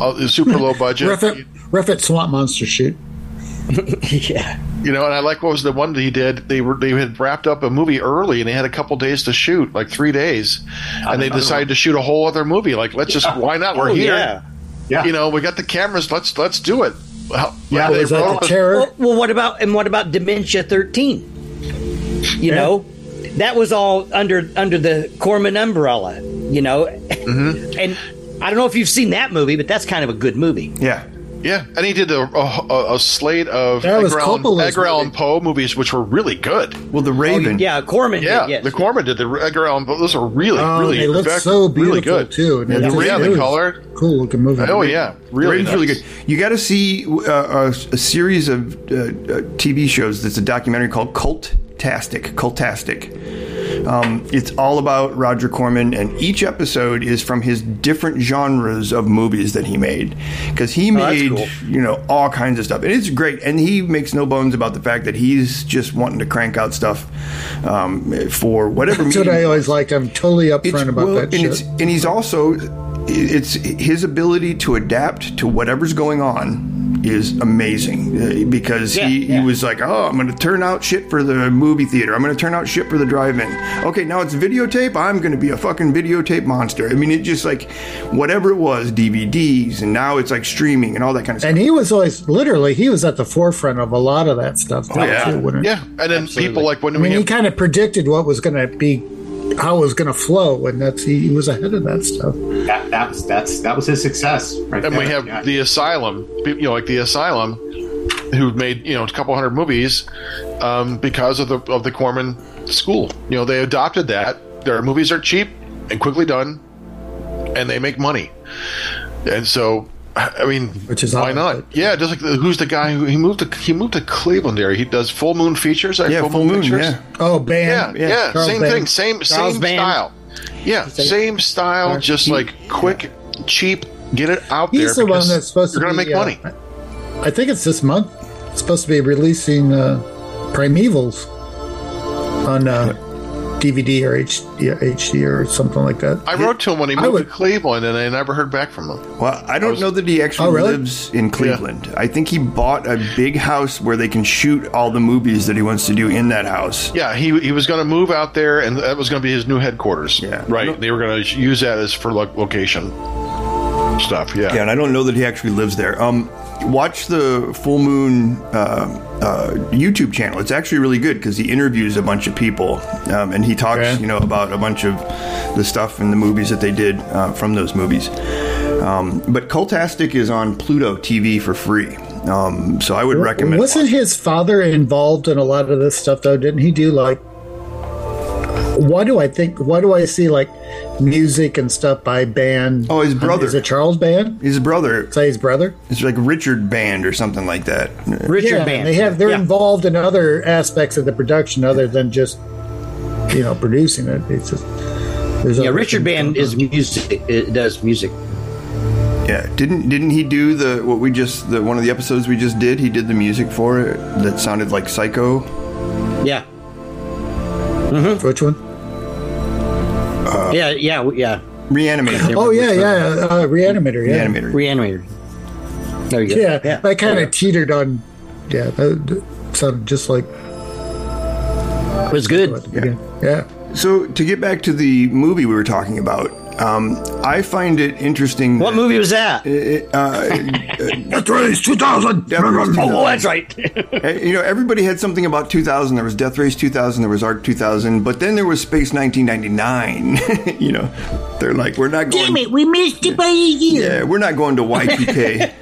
Speaker 5: Uh, it was super low budget.
Speaker 2: Rough it, rough it swamp monster shoot.
Speaker 7: yeah.
Speaker 5: You know, and I like what was the one that he did. They were they had wrapped up a movie early, and they had a couple days to shoot, like three days, and they decided to shoot a whole other movie. Like, let's just why not? We're
Speaker 7: Oh,
Speaker 5: here.
Speaker 7: yeah.
Speaker 1: Yeah.
Speaker 5: You know, we got the cameras. Let's let's do it. Well,
Speaker 1: Yeah,
Speaker 5: they
Speaker 2: Was that
Speaker 5: wrote-
Speaker 2: the terror?
Speaker 7: Well, Oh, well, what about and what about Dementia Thirteen? You know, that was all under under the Corman umbrella. You know,
Speaker 5: Mm-hmm.
Speaker 7: and I don't know if you've seen that movie, but that's kind of a good movie.
Speaker 4: Yeah.
Speaker 5: Yeah, and he did a, a, a- a slate of
Speaker 2: That was
Speaker 5: Edgar Allan-
Speaker 2: Coppola's
Speaker 5: Edgar Allan
Speaker 2: movie.
Speaker 5: Poe movies, which were really good.
Speaker 4: Well, the Raven.
Speaker 7: Yeah, Corman.
Speaker 5: Oh, Yeah,
Speaker 7: did, yes.
Speaker 5: the Corman did the Edgar Allan Poe. Those are really,
Speaker 2: Oh,
Speaker 5: really,
Speaker 2: they
Speaker 5: in
Speaker 2: look
Speaker 5: fact,
Speaker 2: so beautiful
Speaker 5: really good
Speaker 2: too.
Speaker 5: Yeah,
Speaker 2: It's
Speaker 5: the,
Speaker 2: just-
Speaker 5: yeah,
Speaker 2: it
Speaker 5: the
Speaker 2: was
Speaker 5: color.
Speaker 2: cool looking movie.
Speaker 5: Oh yeah,
Speaker 4: The
Speaker 5: really,
Speaker 4: Raven's really
Speaker 5: nice.
Speaker 4: good. You got to see uh, a, a series of uh, uh, TV shows. That's a documentary called Cult Tastic. Cultastic. Um, it's all about Roger Corman, and each episode is from his different genres of movies that he made. Because he made,
Speaker 7: cool.
Speaker 4: you know, all kinds of stuff. And it's great. And he makes no bones about the fact that he's just wanting to crank out stuff um, for whatever
Speaker 2: That's what I
Speaker 4: medium-
Speaker 2: always liked. I'm totally
Speaker 4: it's-
Speaker 2: upfront about
Speaker 4: well,
Speaker 2: that
Speaker 4: and
Speaker 2: shit.
Speaker 4: It's, and he's also, it's his ability to adapt to whatever's going on is amazing uh, because he,
Speaker 7: yeah.
Speaker 4: he was like, oh, I'm going to turn out shit for the movie theater. I'm going to turn out shit for the drive-in. Okay, now it's videotape. I'm going to be a fucking videotape monster. I mean, it just like whatever it was, DVDs, and now it's like streaming and all that kind of stuff.
Speaker 2: And he was always literally he was at the forefront of a lot of that stuff. Oh,
Speaker 4: yeah.
Speaker 5: Yeah, and then people like when
Speaker 2: I mean,
Speaker 5: we
Speaker 2: he kind of predicted what was going to be, how it was going to flow, and that's he, he was ahead of that stuff.
Speaker 1: That, that was that's that was his success, right?
Speaker 5: and we
Speaker 1: there.
Speaker 5: have
Speaker 1: Yeah.
Speaker 5: the Asylum, you know, like the Asylum, who made you know a couple hundred movies um, because of the of the Corman school. You know, they adopted that. Their movies are cheap and quickly done, and they make money. And so, I mean,
Speaker 2: Which is
Speaker 5: why
Speaker 2: odd,
Speaker 5: not? Yeah, just like the, who's the guy who he moved to? He moved to Cleveland area. He does full moon features. like
Speaker 4: yeah, full moon.
Speaker 5: pictures.
Speaker 4: Yeah.
Speaker 2: Oh, bam!
Speaker 5: Yeah, yeah,
Speaker 2: Charles
Speaker 5: same
Speaker 2: Band.
Speaker 5: thing, same
Speaker 7: Charles
Speaker 5: same
Speaker 7: Band.
Speaker 5: style. Yeah, same style, just like quick, cheap, get it out there.
Speaker 2: He's the one
Speaker 5: because
Speaker 2: that's supposed
Speaker 5: you're
Speaker 2: to
Speaker 5: gonna
Speaker 2: be,
Speaker 5: make
Speaker 2: uh,
Speaker 5: money.
Speaker 2: I think it's this month. It's supposed to be releasing uh, Primevals on uh, DVD or H- yeah, HD or something like that.
Speaker 5: I wrote to him when he
Speaker 2: I
Speaker 5: moved
Speaker 2: would-
Speaker 5: to Cleveland, and I never heard back from him.
Speaker 4: Well, I don't know that he actually
Speaker 2: Oh, really?
Speaker 4: lives in Cleveland. I think he bought a big house where they can shoot all the movies that he wants to do in that house.
Speaker 5: Yeah, he he was going to move out there, and that was going to be his new headquarters.
Speaker 4: Yeah.
Speaker 5: right.
Speaker 4: No-
Speaker 5: They were going to use that as for lo- location stuff. Yeah.
Speaker 4: Yeah, and I don't know that he actually lives there. Um, watch the Full Moon uh, uh, YouTube channel. It's actually really good because he interviews a bunch of people um, and he talks,
Speaker 2: Okay.
Speaker 4: you know, about a bunch of the stuff and the movies that they did uh, from those movies. Um, but Cultastic is on Pluto TV for free, um, so I would recommend.
Speaker 2: Wasn't his father involved in a lot of this stuff though? Didn't he do like? Why do I think? Why do I see like music and stuff by band?
Speaker 4: Oh, his brother.
Speaker 2: Is it Charles Band?
Speaker 4: His brother,
Speaker 2: Say his brother.
Speaker 4: it's like Richard Band or something like that.
Speaker 7: Richard
Speaker 2: yeah,
Speaker 7: Band.
Speaker 2: they have. They're
Speaker 7: Yeah.
Speaker 2: involved in other aspects of the production other than just you know producing it. It's just. there's
Speaker 7: Yeah,
Speaker 2: other
Speaker 7: Richard
Speaker 2: things
Speaker 7: Band
Speaker 2: going
Speaker 7: is music. It does music.
Speaker 4: Yeah, didn't didn't he do the what we just the one of the episodes we just did? He did the music for it that sounded like Psycho.
Speaker 7: Yeah,
Speaker 2: on. Which one?
Speaker 5: Oh.
Speaker 7: yeah, yeah, yeah.
Speaker 4: Reanimator.
Speaker 2: Oh yeah, yeah. Uh, reanimator. Yeah.
Speaker 4: Reanimator.
Speaker 7: Reanimator. There you go.
Speaker 2: Yeah, I kind of teetered on. Yeah, that d- sounded just like.
Speaker 7: It was good.
Speaker 2: Yeah. yeah.
Speaker 4: so to get back to the movie we were talking about, um, I find it interesting. uh,
Speaker 7: What
Speaker 4: that-
Speaker 7: movie was that?
Speaker 2: That's right, it's 2000.
Speaker 4: Death Race 2000.
Speaker 7: Oh, that's right.
Speaker 4: Eh, You know, everybody had something about 2000. There was Death Race 2000. There was Arc 2000. But then there was Space 1999. you know, they're like, we're not going.
Speaker 3: we missed it by a year.
Speaker 4: Yeah, we're not going to Y2K.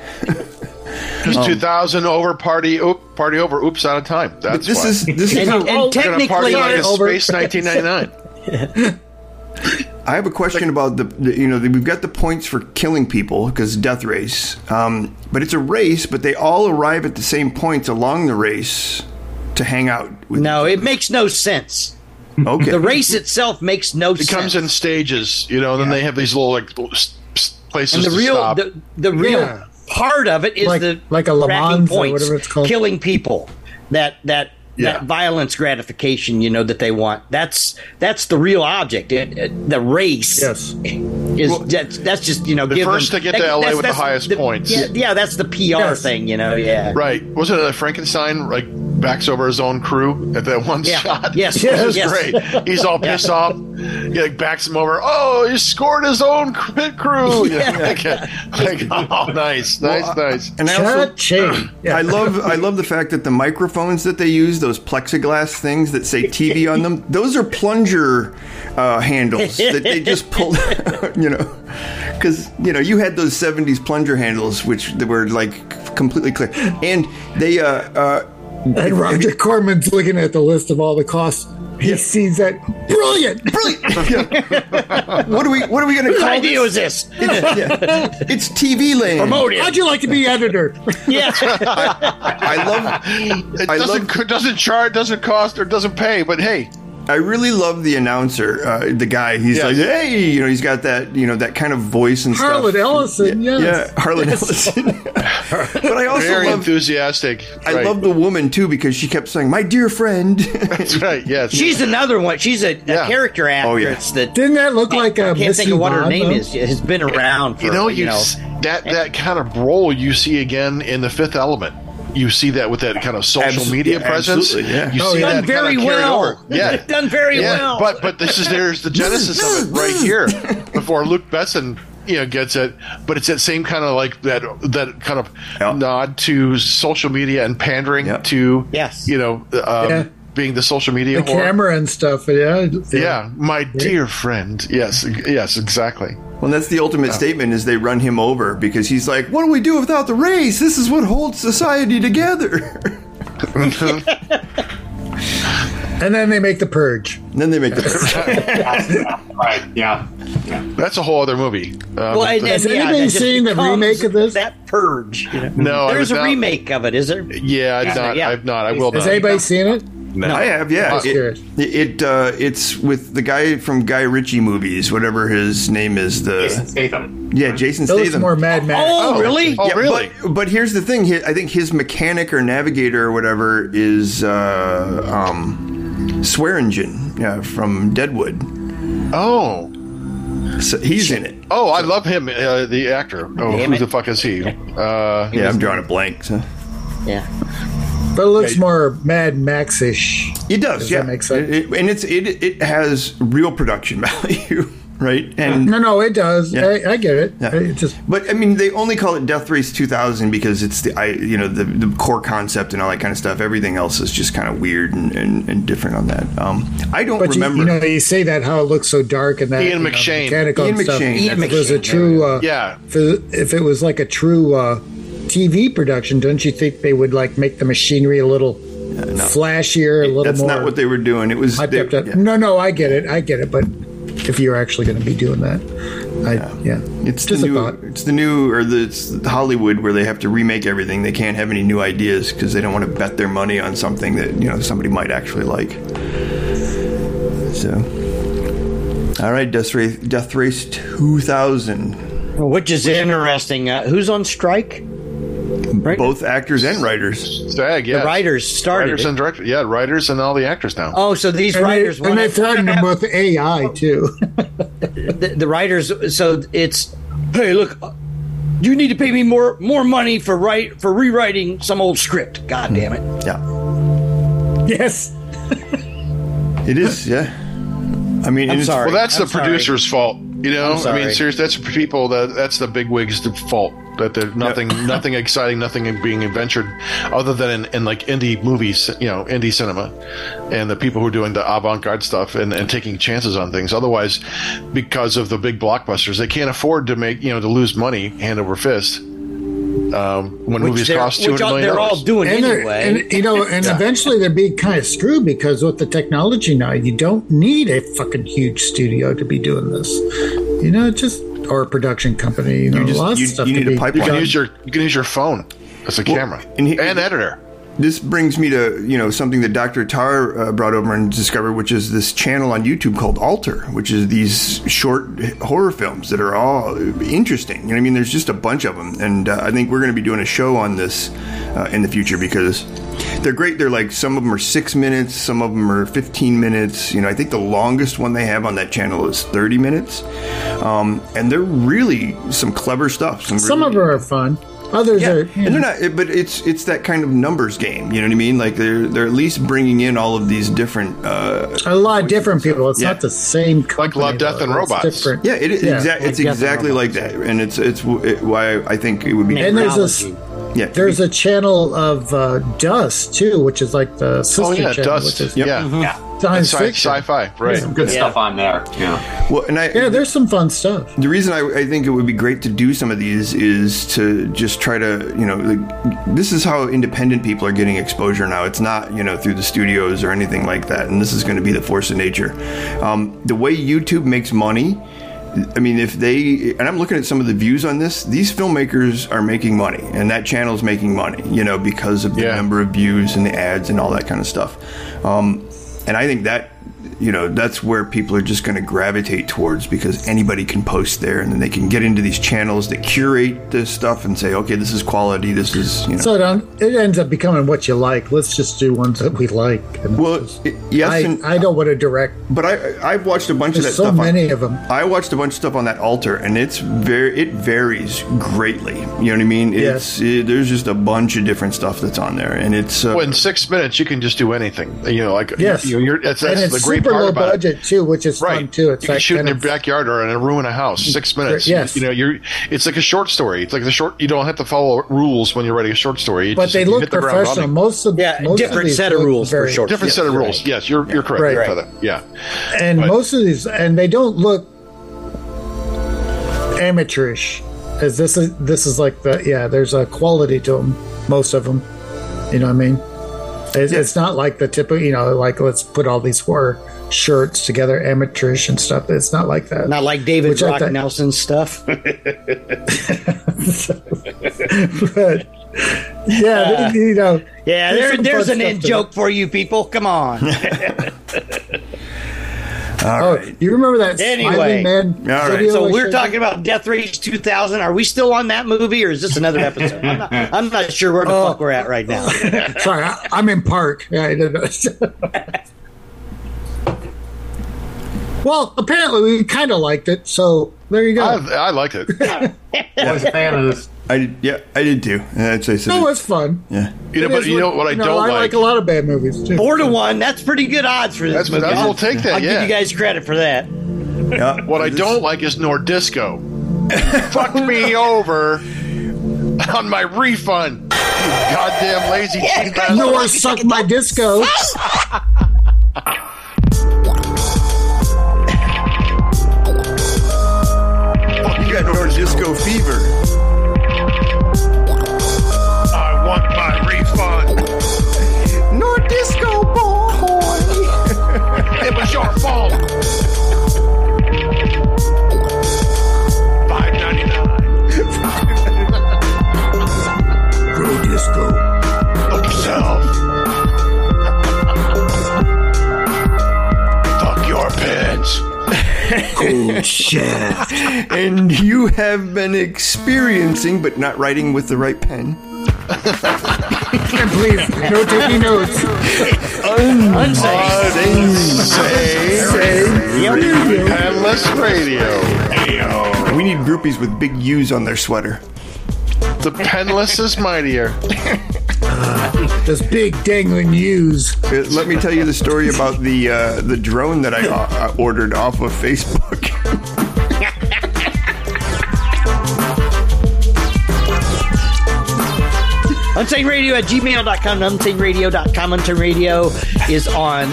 Speaker 4: um,
Speaker 5: Just 2000 over party, oop, party over. Oops, out of time. That's
Speaker 4: this
Speaker 5: why.
Speaker 4: is this
Speaker 7: and,
Speaker 4: is
Speaker 7: and
Speaker 5: We're gonna
Speaker 7: technically,
Speaker 5: party like it's
Speaker 2: over.
Speaker 5: space 1999.
Speaker 4: I have a question about the, the you know the, we've got the points for killing people because death race, um, but it's a race, but they all arrive at the same points along the race to hang out. With,
Speaker 7: no, it makes no sense.
Speaker 4: okay,
Speaker 7: Mm, The race itself makes no
Speaker 5: It
Speaker 7: sense.
Speaker 5: comes in stages, you know, and then they have these little like s- s- places
Speaker 7: and the
Speaker 5: to
Speaker 7: real
Speaker 5: stop.
Speaker 7: the, the real
Speaker 2: Yeah.
Speaker 7: part of it is
Speaker 2: Like-
Speaker 7: the
Speaker 2: like a Le
Speaker 7: racking
Speaker 2: Mans or whatever it's called.
Speaker 7: killing people that that
Speaker 5: Yeah.
Speaker 7: that violence gratification you know that they want that's that's the real object It- it- the race
Speaker 2: Yes.
Speaker 7: is that's, that's just you know the
Speaker 5: first to get to LA with the highest points.
Speaker 7: yeah, yeah that's the pr
Speaker 2: Yes.
Speaker 7: thing you know yeah
Speaker 5: Right. Wasn't it that Frankenstein like backs over his own crew at that one
Speaker 7: Yeah.
Speaker 5: shot?
Speaker 7: Yes.
Speaker 5: Which is
Speaker 7: Yes.
Speaker 5: great. He's all pissed off. He like backs him over. Oh, he scored his own pit crew. Yeah. Like, like, oh, nice, nice, nice.
Speaker 4: and I also.
Speaker 2: Cha-ching. Yeah.
Speaker 4: I love I love the fact that the microphones that they use, those plexiglass things that say TV on them, those are plunger uh, handles that they just pulled, out, you know, because you know you had those '70s plunger handles which they were like completely clear, and they uh, uh,
Speaker 2: and Roger Corman's looking at the list of all the costs. He sees that. Brilliant.
Speaker 4: What are we? What are we going to
Speaker 7: What
Speaker 4: call this?
Speaker 7: idea was this?
Speaker 4: It's, yeah. It's TV land.
Speaker 2: How'd you like to be editor?
Speaker 7: Yeah,
Speaker 4: I love.
Speaker 5: It
Speaker 4: I
Speaker 5: doesn't
Speaker 4: love-
Speaker 5: it doesn't charge, doesn't cost, or doesn't pay. But hey,
Speaker 4: I really love the announcer, uh, the guy. He's
Speaker 5: Yes.
Speaker 4: like, hey, you know, he's got that, you know, that kind of voice and
Speaker 2: Harlan
Speaker 4: stuff.
Speaker 2: Ellison,
Speaker 4: Yeah,
Speaker 2: yes.
Speaker 4: yeah, Harlan Ellison. but I also
Speaker 5: very
Speaker 4: love.
Speaker 5: enthusiastic.
Speaker 4: I
Speaker 5: Right.
Speaker 4: love the woman too because she kept saying, "My dear friend."
Speaker 5: That's right. Yes.
Speaker 7: she's another one. She's a, a
Speaker 5: Yeah.
Speaker 7: character
Speaker 4: Oh, yeah.
Speaker 7: actress that
Speaker 2: Didn't that look like a
Speaker 7: I can't
Speaker 2: Miss
Speaker 7: think of what her
Speaker 2: Yvonne,
Speaker 7: name
Speaker 2: though?
Speaker 7: is. Has been around for
Speaker 5: you know, you, s- that that kind of role you see again in the Fifth Element. You see that with that kind of social
Speaker 4: Absol-
Speaker 5: media
Speaker 4: yeah,
Speaker 5: presence.
Speaker 4: absolutely, yeah.
Speaker 5: You
Speaker 4: Oh,
Speaker 5: see
Speaker 2: yeah.
Speaker 5: that
Speaker 7: done very
Speaker 5: kind of carried
Speaker 7: well.
Speaker 5: over. Yeah,
Speaker 7: done very
Speaker 5: yeah.
Speaker 7: well.
Speaker 5: But but this is there's the genesis of it right here before Luke Besson you know gets it. But it's that same kind of like that that kind of
Speaker 4: Yeah.
Speaker 5: nod to social media and pandering
Speaker 4: Yeah.
Speaker 5: to
Speaker 7: Yes.
Speaker 5: you know um,
Speaker 2: Yeah.
Speaker 5: being the social media
Speaker 2: The
Speaker 5: whore.
Speaker 2: camera and stuff. Yeah.
Speaker 5: Yeah, my dear friend. Yes, yes, exactly.
Speaker 4: well, that's the ultimate statement is they run him over because he's like, "What do we do without the race? This is what holds society together."
Speaker 2: And then they make the purge.
Speaker 4: and then they make the
Speaker 1: Right. Yeah.
Speaker 5: That's a whole other movie. Um,
Speaker 7: well, and,
Speaker 2: Has
Speaker 7: and, yeah,
Speaker 2: anybody
Speaker 7: that just
Speaker 2: seen the
Speaker 7: becomes
Speaker 2: remake of this?
Speaker 7: That purge. you know?
Speaker 5: no, I
Speaker 7: There's
Speaker 5: was
Speaker 7: a
Speaker 5: not-
Speaker 7: remake of it, is there?
Speaker 5: Yeah, I've not.
Speaker 7: yeah.
Speaker 5: I've not. I will
Speaker 2: Has
Speaker 5: not.
Speaker 2: anybody seen it?
Speaker 5: No.
Speaker 4: I have, yeah.
Speaker 2: Just
Speaker 4: Uh, It,
Speaker 2: curious.
Speaker 4: it uh, it's with the guy from Guy Ritchie movies, whatever his name is.
Speaker 1: Jason
Speaker 4: The
Speaker 1: Statham.
Speaker 4: yeah, Jason
Speaker 2: That looks
Speaker 4: Statham.
Speaker 2: more Mad Max.
Speaker 7: Oh, really?
Speaker 5: Oh,
Speaker 4: Yeah,
Speaker 5: really?
Speaker 4: But, but here's the thing. He- I think his mechanic or navigator or whatever is uh, um, Swearingen yeah, from Deadwood.
Speaker 5: oh,
Speaker 4: So he's in it.
Speaker 5: oh, I love him, uh, the actor. Oh,
Speaker 7: Damn
Speaker 5: who
Speaker 7: it.
Speaker 5: the fuck is he? Uh,
Speaker 4: Yeah, I'm drawing a blank. So.
Speaker 7: Yeah.
Speaker 2: But it looks more Mad Max ish.
Speaker 4: It does.
Speaker 2: Does
Speaker 4: yeah,
Speaker 2: that make sense?
Speaker 4: It- it- and it's it it has real production value, right? And
Speaker 2: No, no, it does. I, I get it.
Speaker 4: Yeah.
Speaker 2: It just
Speaker 4: But I mean, they only call it Death Race 2000 because it's the I, you know the, the core concept and all that kind of stuff. Everything else is just kind of weird and, and, and different on that. Um, I don't
Speaker 2: But you,
Speaker 4: remember.
Speaker 2: you know, you say that how it looks so dark and that
Speaker 5: Ian
Speaker 2: you know,
Speaker 5: McShane.
Speaker 2: mechanical
Speaker 4: Ian
Speaker 2: and stuff.
Speaker 4: McShane, Ian
Speaker 2: If it was a
Speaker 7: McShane,
Speaker 2: true, uh,
Speaker 5: Yeah.
Speaker 2: If it, if it was like a true uh, TV production, don't you think they would like make the machinery a little flashier, a little
Speaker 4: Uh, That's
Speaker 2: more?
Speaker 4: not what they were doing. It was
Speaker 2: I
Speaker 4: they,
Speaker 2: kept up.
Speaker 4: yeah.
Speaker 2: No, no, I get it, I get it. But if you're actually going to be doing that, I yeah,
Speaker 4: It's
Speaker 2: just
Speaker 4: the
Speaker 2: a
Speaker 4: new.
Speaker 2: thought.
Speaker 4: It's the new, or the it's Hollywood where they have to remake everything. They can't have any new ideas because they don't want to bet their money on something that you know somebody might actually like. So, all right, Death Race, Death Race two thousand.
Speaker 7: Which is interesting. Uh, who's on strike? Right?
Speaker 4: Both actors and writers.
Speaker 5: Stag, yeah.
Speaker 7: the writers started.
Speaker 5: Writers
Speaker 7: it.
Speaker 5: and director, yeah, writers and all the actors now.
Speaker 7: oh, so these
Speaker 2: And they,
Speaker 7: writers
Speaker 2: and they
Speaker 7: want
Speaker 2: threatened them with
Speaker 4: Oh.
Speaker 2: AI too.
Speaker 7: the, the writers. So it's hey, look, uh, you need to pay me more more money for write for rewriting some old script. God damn it!
Speaker 4: Yeah,
Speaker 2: yes,
Speaker 4: it is. Yeah, I mean,
Speaker 7: I'm
Speaker 4: it's-
Speaker 7: sorry.
Speaker 5: Well, that's
Speaker 7: I'm
Speaker 5: the
Speaker 7: sorry.
Speaker 5: producer's fault. You know, I mean,
Speaker 7: sorry.
Speaker 5: seriously, that's the people that that's the big wigs' fault. That there's nothing, nothing exciting, nothing being adventured, other than in, in like indie movies, you know, indie cinema, and the people who are doing the avant-garde stuff and, and taking chances on things. Otherwise, because of the big blockbusters, they can't afford to make you know to lose money hand over fist. Um, when movies
Speaker 7: they're-
Speaker 5: cost two
Speaker 7: which
Speaker 5: hundred
Speaker 7: are-
Speaker 5: million
Speaker 7: They're all
Speaker 5: dollars,
Speaker 7: doing
Speaker 2: and, they're-
Speaker 7: anyway.
Speaker 2: and you know, and eventually they're being kind of screwed because with the technology now, you don't need a fucking huge studio to be doing this. You know, just or a production company. You know,
Speaker 4: just-
Speaker 2: lots
Speaker 4: you-
Speaker 2: of stuff
Speaker 4: you
Speaker 2: can
Speaker 4: need a
Speaker 2: be
Speaker 5: you
Speaker 4: pipeline.
Speaker 5: can
Speaker 2: done.
Speaker 5: use your you can use your phone as a camera
Speaker 4: and
Speaker 5: and,
Speaker 4: he-
Speaker 5: editor.
Speaker 4: this brings me to you know something that Dr. Tar uh, brought over and discovered, which is this channel on YouTube called Alter, which is these short horror films that are all interesting. You know, what I mean, there's just a bunch of them, and uh, I think we're going to be doing a show on this uh, in the future because they're great. They're like some of them are six minutes, some of them are 15 minutes. You know, I think the longest one they have on that channel is 30 minutes, um, and they're really some clever stuff. Some,
Speaker 2: Some
Speaker 4: really-
Speaker 2: of them are fun. Others
Speaker 4: yeah,
Speaker 2: are.
Speaker 4: and they're not. But it's it's that kind of numbers game. You know what I mean? Like they're they're at least bringing in all of these different. Uh,
Speaker 2: a lot of different people. It's
Speaker 4: Yeah.
Speaker 2: not the same company.
Speaker 5: Love, Death,
Speaker 2: though.
Speaker 5: and
Speaker 2: It's
Speaker 5: Robots.
Speaker 2: Different.
Speaker 4: yeah, it is
Speaker 2: Yeah,
Speaker 4: exact.
Speaker 7: like
Speaker 4: It's
Speaker 7: Death
Speaker 4: exactly
Speaker 7: Row.
Speaker 4: like that, and it's it's w- it, why I think it would be.
Speaker 2: And there's this.
Speaker 7: Technology.
Speaker 4: yeah,
Speaker 2: There's a channel of uh, Dust too, which is like the sister
Speaker 5: Oh yeah,
Speaker 2: channel,
Speaker 5: dust.
Speaker 2: which is
Speaker 5: Yeah,
Speaker 7: Mm-hmm.
Speaker 2: science
Speaker 5: sci-
Speaker 2: fiction.
Speaker 5: sci-fi, right?
Speaker 1: Some good stuff on there. Yeah.
Speaker 4: well, and I
Speaker 2: Yeah, there's some fun stuff.
Speaker 4: the reason I, I think it would be great to do some of these is to just try to you know like, this is how independent people are getting exposure now it's not you know through the studios or anything like that and this is going to be the force of nature um, the way youtube makes money I mean, if they, and I'm looking at some of the views on this, these filmmakers are making money, and that channel's making money, you know, because of the
Speaker 5: Yeah.
Speaker 4: number of views and the ads and all that kind of stuff. Um, and I think that, you know, that's where people are just going to gravitate towards because anybody can post there, and then they can get into these channels that curate this stuff and say, okay, this is quality, this is, you know.
Speaker 2: So it, un- it ends up becoming what you like. Let's just do ones that we like. And
Speaker 4: well, it- yes,
Speaker 2: I,
Speaker 4: and,
Speaker 2: I don't want to direct.
Speaker 4: but I, I've watched a bunch of that
Speaker 2: There's so
Speaker 4: stuff. on-
Speaker 2: many of them.
Speaker 4: I watched a bunch of stuff on that altar, and it's very it varies greatly. You know what I mean? It's it, there's just a bunch of different stuff that's on there, and it's uh,
Speaker 5: Well, in six minutes, you can just do anything. You know, like
Speaker 2: Yes.
Speaker 5: you, you're, that's,
Speaker 2: and it's
Speaker 5: that's the great
Speaker 2: super
Speaker 5: part
Speaker 2: low
Speaker 5: about
Speaker 2: budget
Speaker 5: it.
Speaker 2: too, which is fun
Speaker 5: Right,
Speaker 2: too. It's
Speaker 5: you can
Speaker 2: like
Speaker 5: shoot in
Speaker 2: kind
Speaker 5: your
Speaker 2: of-
Speaker 5: backyard or in a room in a house. Six minutes.
Speaker 2: yes.
Speaker 5: you know, you're. It's like a short story. It's like the short. You don't have to follow rules when you're writing a short story. You
Speaker 2: but
Speaker 5: just-
Speaker 2: they
Speaker 5: you
Speaker 2: look
Speaker 5: hit the ground
Speaker 2: professional.
Speaker 5: running.
Speaker 2: Most of
Speaker 7: Yeah,
Speaker 2: most of
Speaker 7: different
Speaker 2: these
Speaker 7: set of
Speaker 2: look
Speaker 7: rules for
Speaker 2: very-
Speaker 7: short.
Speaker 5: Different
Speaker 7: Yeah,
Speaker 5: set of
Speaker 7: right.
Speaker 5: rules. Yes, you're you're correct.
Speaker 2: Right.
Speaker 5: Feather. Yeah.
Speaker 2: and
Speaker 5: Right.
Speaker 2: most of these, and they don't look amateurish. As this is this is like the yeah. There's a quality to them. Most of them, you know what I mean. It's, it's not like the typical, you know, like let's put all these horror shirts together, amateurish and stuff. It's not like that.
Speaker 7: Not like David
Speaker 2: Which I
Speaker 7: Rock
Speaker 2: thought-
Speaker 7: Nelson stuff.
Speaker 2: but Yeah, they- you know.
Speaker 7: Yeah,
Speaker 2: There's
Speaker 7: there,
Speaker 2: some fun
Speaker 7: there's an
Speaker 2: stuff
Speaker 7: in
Speaker 2: to
Speaker 7: joke for you people. Come on.
Speaker 4: All
Speaker 2: Oh,
Speaker 4: right.
Speaker 2: you remember that
Speaker 7: Anyway.
Speaker 2: Smiling Man?
Speaker 4: All right.
Speaker 2: video
Speaker 7: so
Speaker 2: I showed
Speaker 7: we're
Speaker 2: you?
Speaker 7: talking about Death Race 2000. Are we still on that movie, or is this another episode? I'm not, I'm not sure where the
Speaker 2: Oh.
Speaker 7: fuck we're at right now.
Speaker 2: Sorry, I, I'm in park. Yeah, I don't know. well, apparently we kind of liked it, so there you go.
Speaker 5: I, I liked it.
Speaker 1: I was a fan of this.
Speaker 4: I did, yeah, I did too. That's what I said.
Speaker 2: no, it's fun.
Speaker 4: yeah.
Speaker 5: You know,
Speaker 2: It
Speaker 5: but
Speaker 2: is
Speaker 5: you know what I don't
Speaker 2: I
Speaker 5: like.
Speaker 2: like a lot of bad movies too.
Speaker 7: Four to one. That's pretty good odds for this
Speaker 5: That's,
Speaker 7: movie.
Speaker 5: that's
Speaker 7: I'll-
Speaker 5: we'll take that.
Speaker 7: I'll
Speaker 5: yeah.
Speaker 7: give you guys credit for that.
Speaker 4: Yeah.
Speaker 5: What I
Speaker 4: This-
Speaker 5: don't like is Nordisco. Fucked me over on my refund. You goddamn lazy cheap bastard.
Speaker 2: Nor suck my disco.
Speaker 4: You got no disco fever.
Speaker 8: I want my refund.
Speaker 4: No disco boy.
Speaker 8: It was your fault. Five ninety nine.
Speaker 2: Bro disco.
Speaker 8: Fuck yourself. Fuck your pants.
Speaker 2: Cool shaft.
Speaker 4: And you have been experiencing, but not writing with the right pen.
Speaker 2: And please, no taking notes.
Speaker 7: Unsafe.
Speaker 5: Panless Radio.
Speaker 4: We need groupies with big U's on their sweater.
Speaker 5: The penless is mightier.
Speaker 2: Those big dangling news.
Speaker 4: Uh, Let me tell you the story about the uh, the drone that I uh, ordered off of Facebook.
Speaker 7: Unsafe Radio at gmail.com, unsaferadio.com. Unsafe Radio is on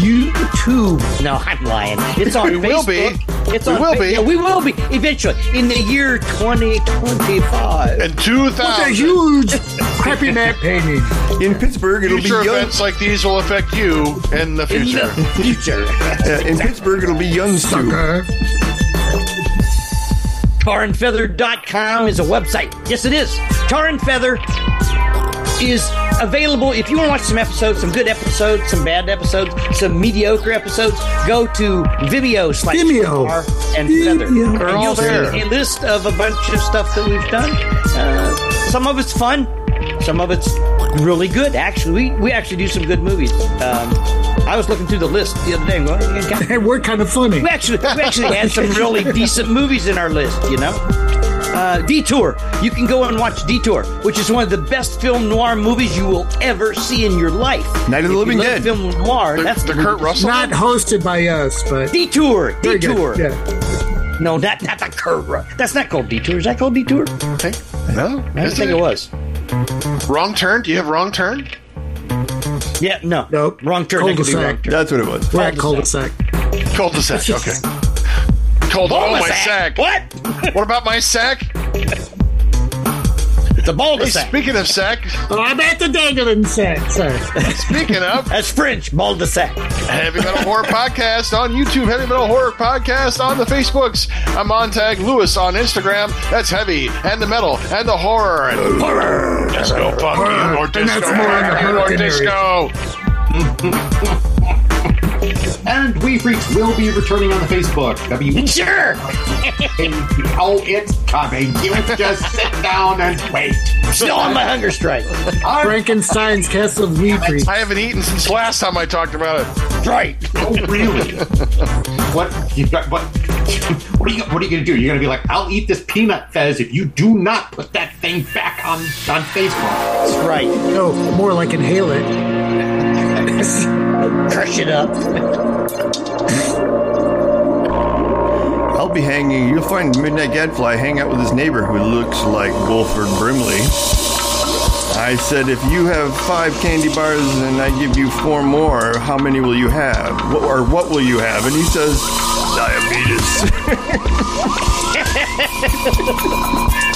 Speaker 7: YouTube. No, I'm lying. It's on
Speaker 5: We
Speaker 7: Facebook.
Speaker 5: will be.
Speaker 7: It's
Speaker 5: We
Speaker 7: on
Speaker 5: will
Speaker 7: Fa-
Speaker 5: be.
Speaker 7: Yeah, we will be eventually in the year 2025.
Speaker 5: And 2000
Speaker 2: Huge crappy map painting.
Speaker 4: In Pittsburgh, it'll be
Speaker 5: future
Speaker 4: young.
Speaker 5: events like these will affect you in the
Speaker 7: In
Speaker 5: future.
Speaker 7: the future.
Speaker 4: Uh, in Pittsburgh, it'll be young soup.
Speaker 2: Sucker.
Speaker 7: tarandfeather.com is a website. Yes, it is. Tar and Feather is available. If you want to watch some episodes, some good episodes, some bad episodes, some mediocre episodes, go to Vimeo slash
Speaker 2: Vimeo.
Speaker 7: Tar and Feather.
Speaker 2: Vimeo.
Speaker 7: And
Speaker 5: They're all
Speaker 7: you'll
Speaker 5: there.
Speaker 7: see a list of a bunch of stuff that we've done. Uh, some of it's fun. Some of it's really good. Actually, we, we actually do some good movies. Um, I was looking through the list the other day. and going, "God
Speaker 2: And we're kind of funny.
Speaker 7: we actually we actually had some really decent movies in our list, you know. Uh, Detour. You can go and watch Detour, which is one of the best film noir movies you will ever see in your life.
Speaker 4: Night of the
Speaker 7: If you
Speaker 4: Living
Speaker 7: love
Speaker 4: Dead.
Speaker 7: Film noir.
Speaker 5: The,
Speaker 7: that's
Speaker 5: the Kurt Russell.
Speaker 2: Not hosted by us, but
Speaker 7: Detour.
Speaker 2: very good.
Speaker 7: Detour.
Speaker 2: Yeah.
Speaker 7: No, not not the Kurt. Ru- That's not called Detour. Is that called Detour? I
Speaker 5: thing? No,
Speaker 7: don't
Speaker 5: isn't
Speaker 7: think it was.
Speaker 5: Wrong turn? Do you have wrong turn?
Speaker 7: Yeah, no.
Speaker 2: Nope.
Speaker 7: Wrong turn. That could be
Speaker 2: Cul-de-sac.
Speaker 7: wrong turn.
Speaker 4: That's what it was.
Speaker 2: We're at cul-de-sac.
Speaker 5: Called the sack. Okay. Called all my sack.
Speaker 7: What?
Speaker 5: What about my sack?
Speaker 7: It's a ball de
Speaker 5: Hey,
Speaker 7: sac.
Speaker 5: speaking of sack,
Speaker 2: Oh, I'm at the dangling sack. Sorry.
Speaker 5: speaking of
Speaker 7: That's French. Ball de sac.
Speaker 5: Heavy Metal Horror Podcast on YouTube, Heavy Metal Horror Podcast on the Facebooks. I'm on Tag Lewis on Instagram. That's heavy and the metal and the horror. And
Speaker 8: Disco fuck you or
Speaker 2: And that's more in the
Speaker 8: disco.
Speaker 2: hurricane
Speaker 5: or
Speaker 2: area.
Speaker 5: disco.
Speaker 1: And We Freaks will be returning on the Facebook. W- E
Speaker 7: Sure.
Speaker 1: oh, it's coming. You just sit down and wait.
Speaker 7: Still on my hunger strike.
Speaker 1: I'm
Speaker 2: Frankenstein's Castle of Weepy.
Speaker 5: I haven't eaten since last time I talked about it.
Speaker 7: Right.
Speaker 1: Oh, really? what you got? What? What are you? What are you gonna do? You're gonna be like, I'll eat this peanut fez if you do not put that thing back on on Facebook.
Speaker 7: That's right.
Speaker 2: No, Oh, more like inhale it.
Speaker 7: Crush it up.
Speaker 4: I'll be hanging. You'll find Midnight Gadfly hang out with his neighbor who looks like Wolford Brimley. I said, if you have five candy bars and I give you four more, how many will you have? What, or what will you have? And he says, diabetes.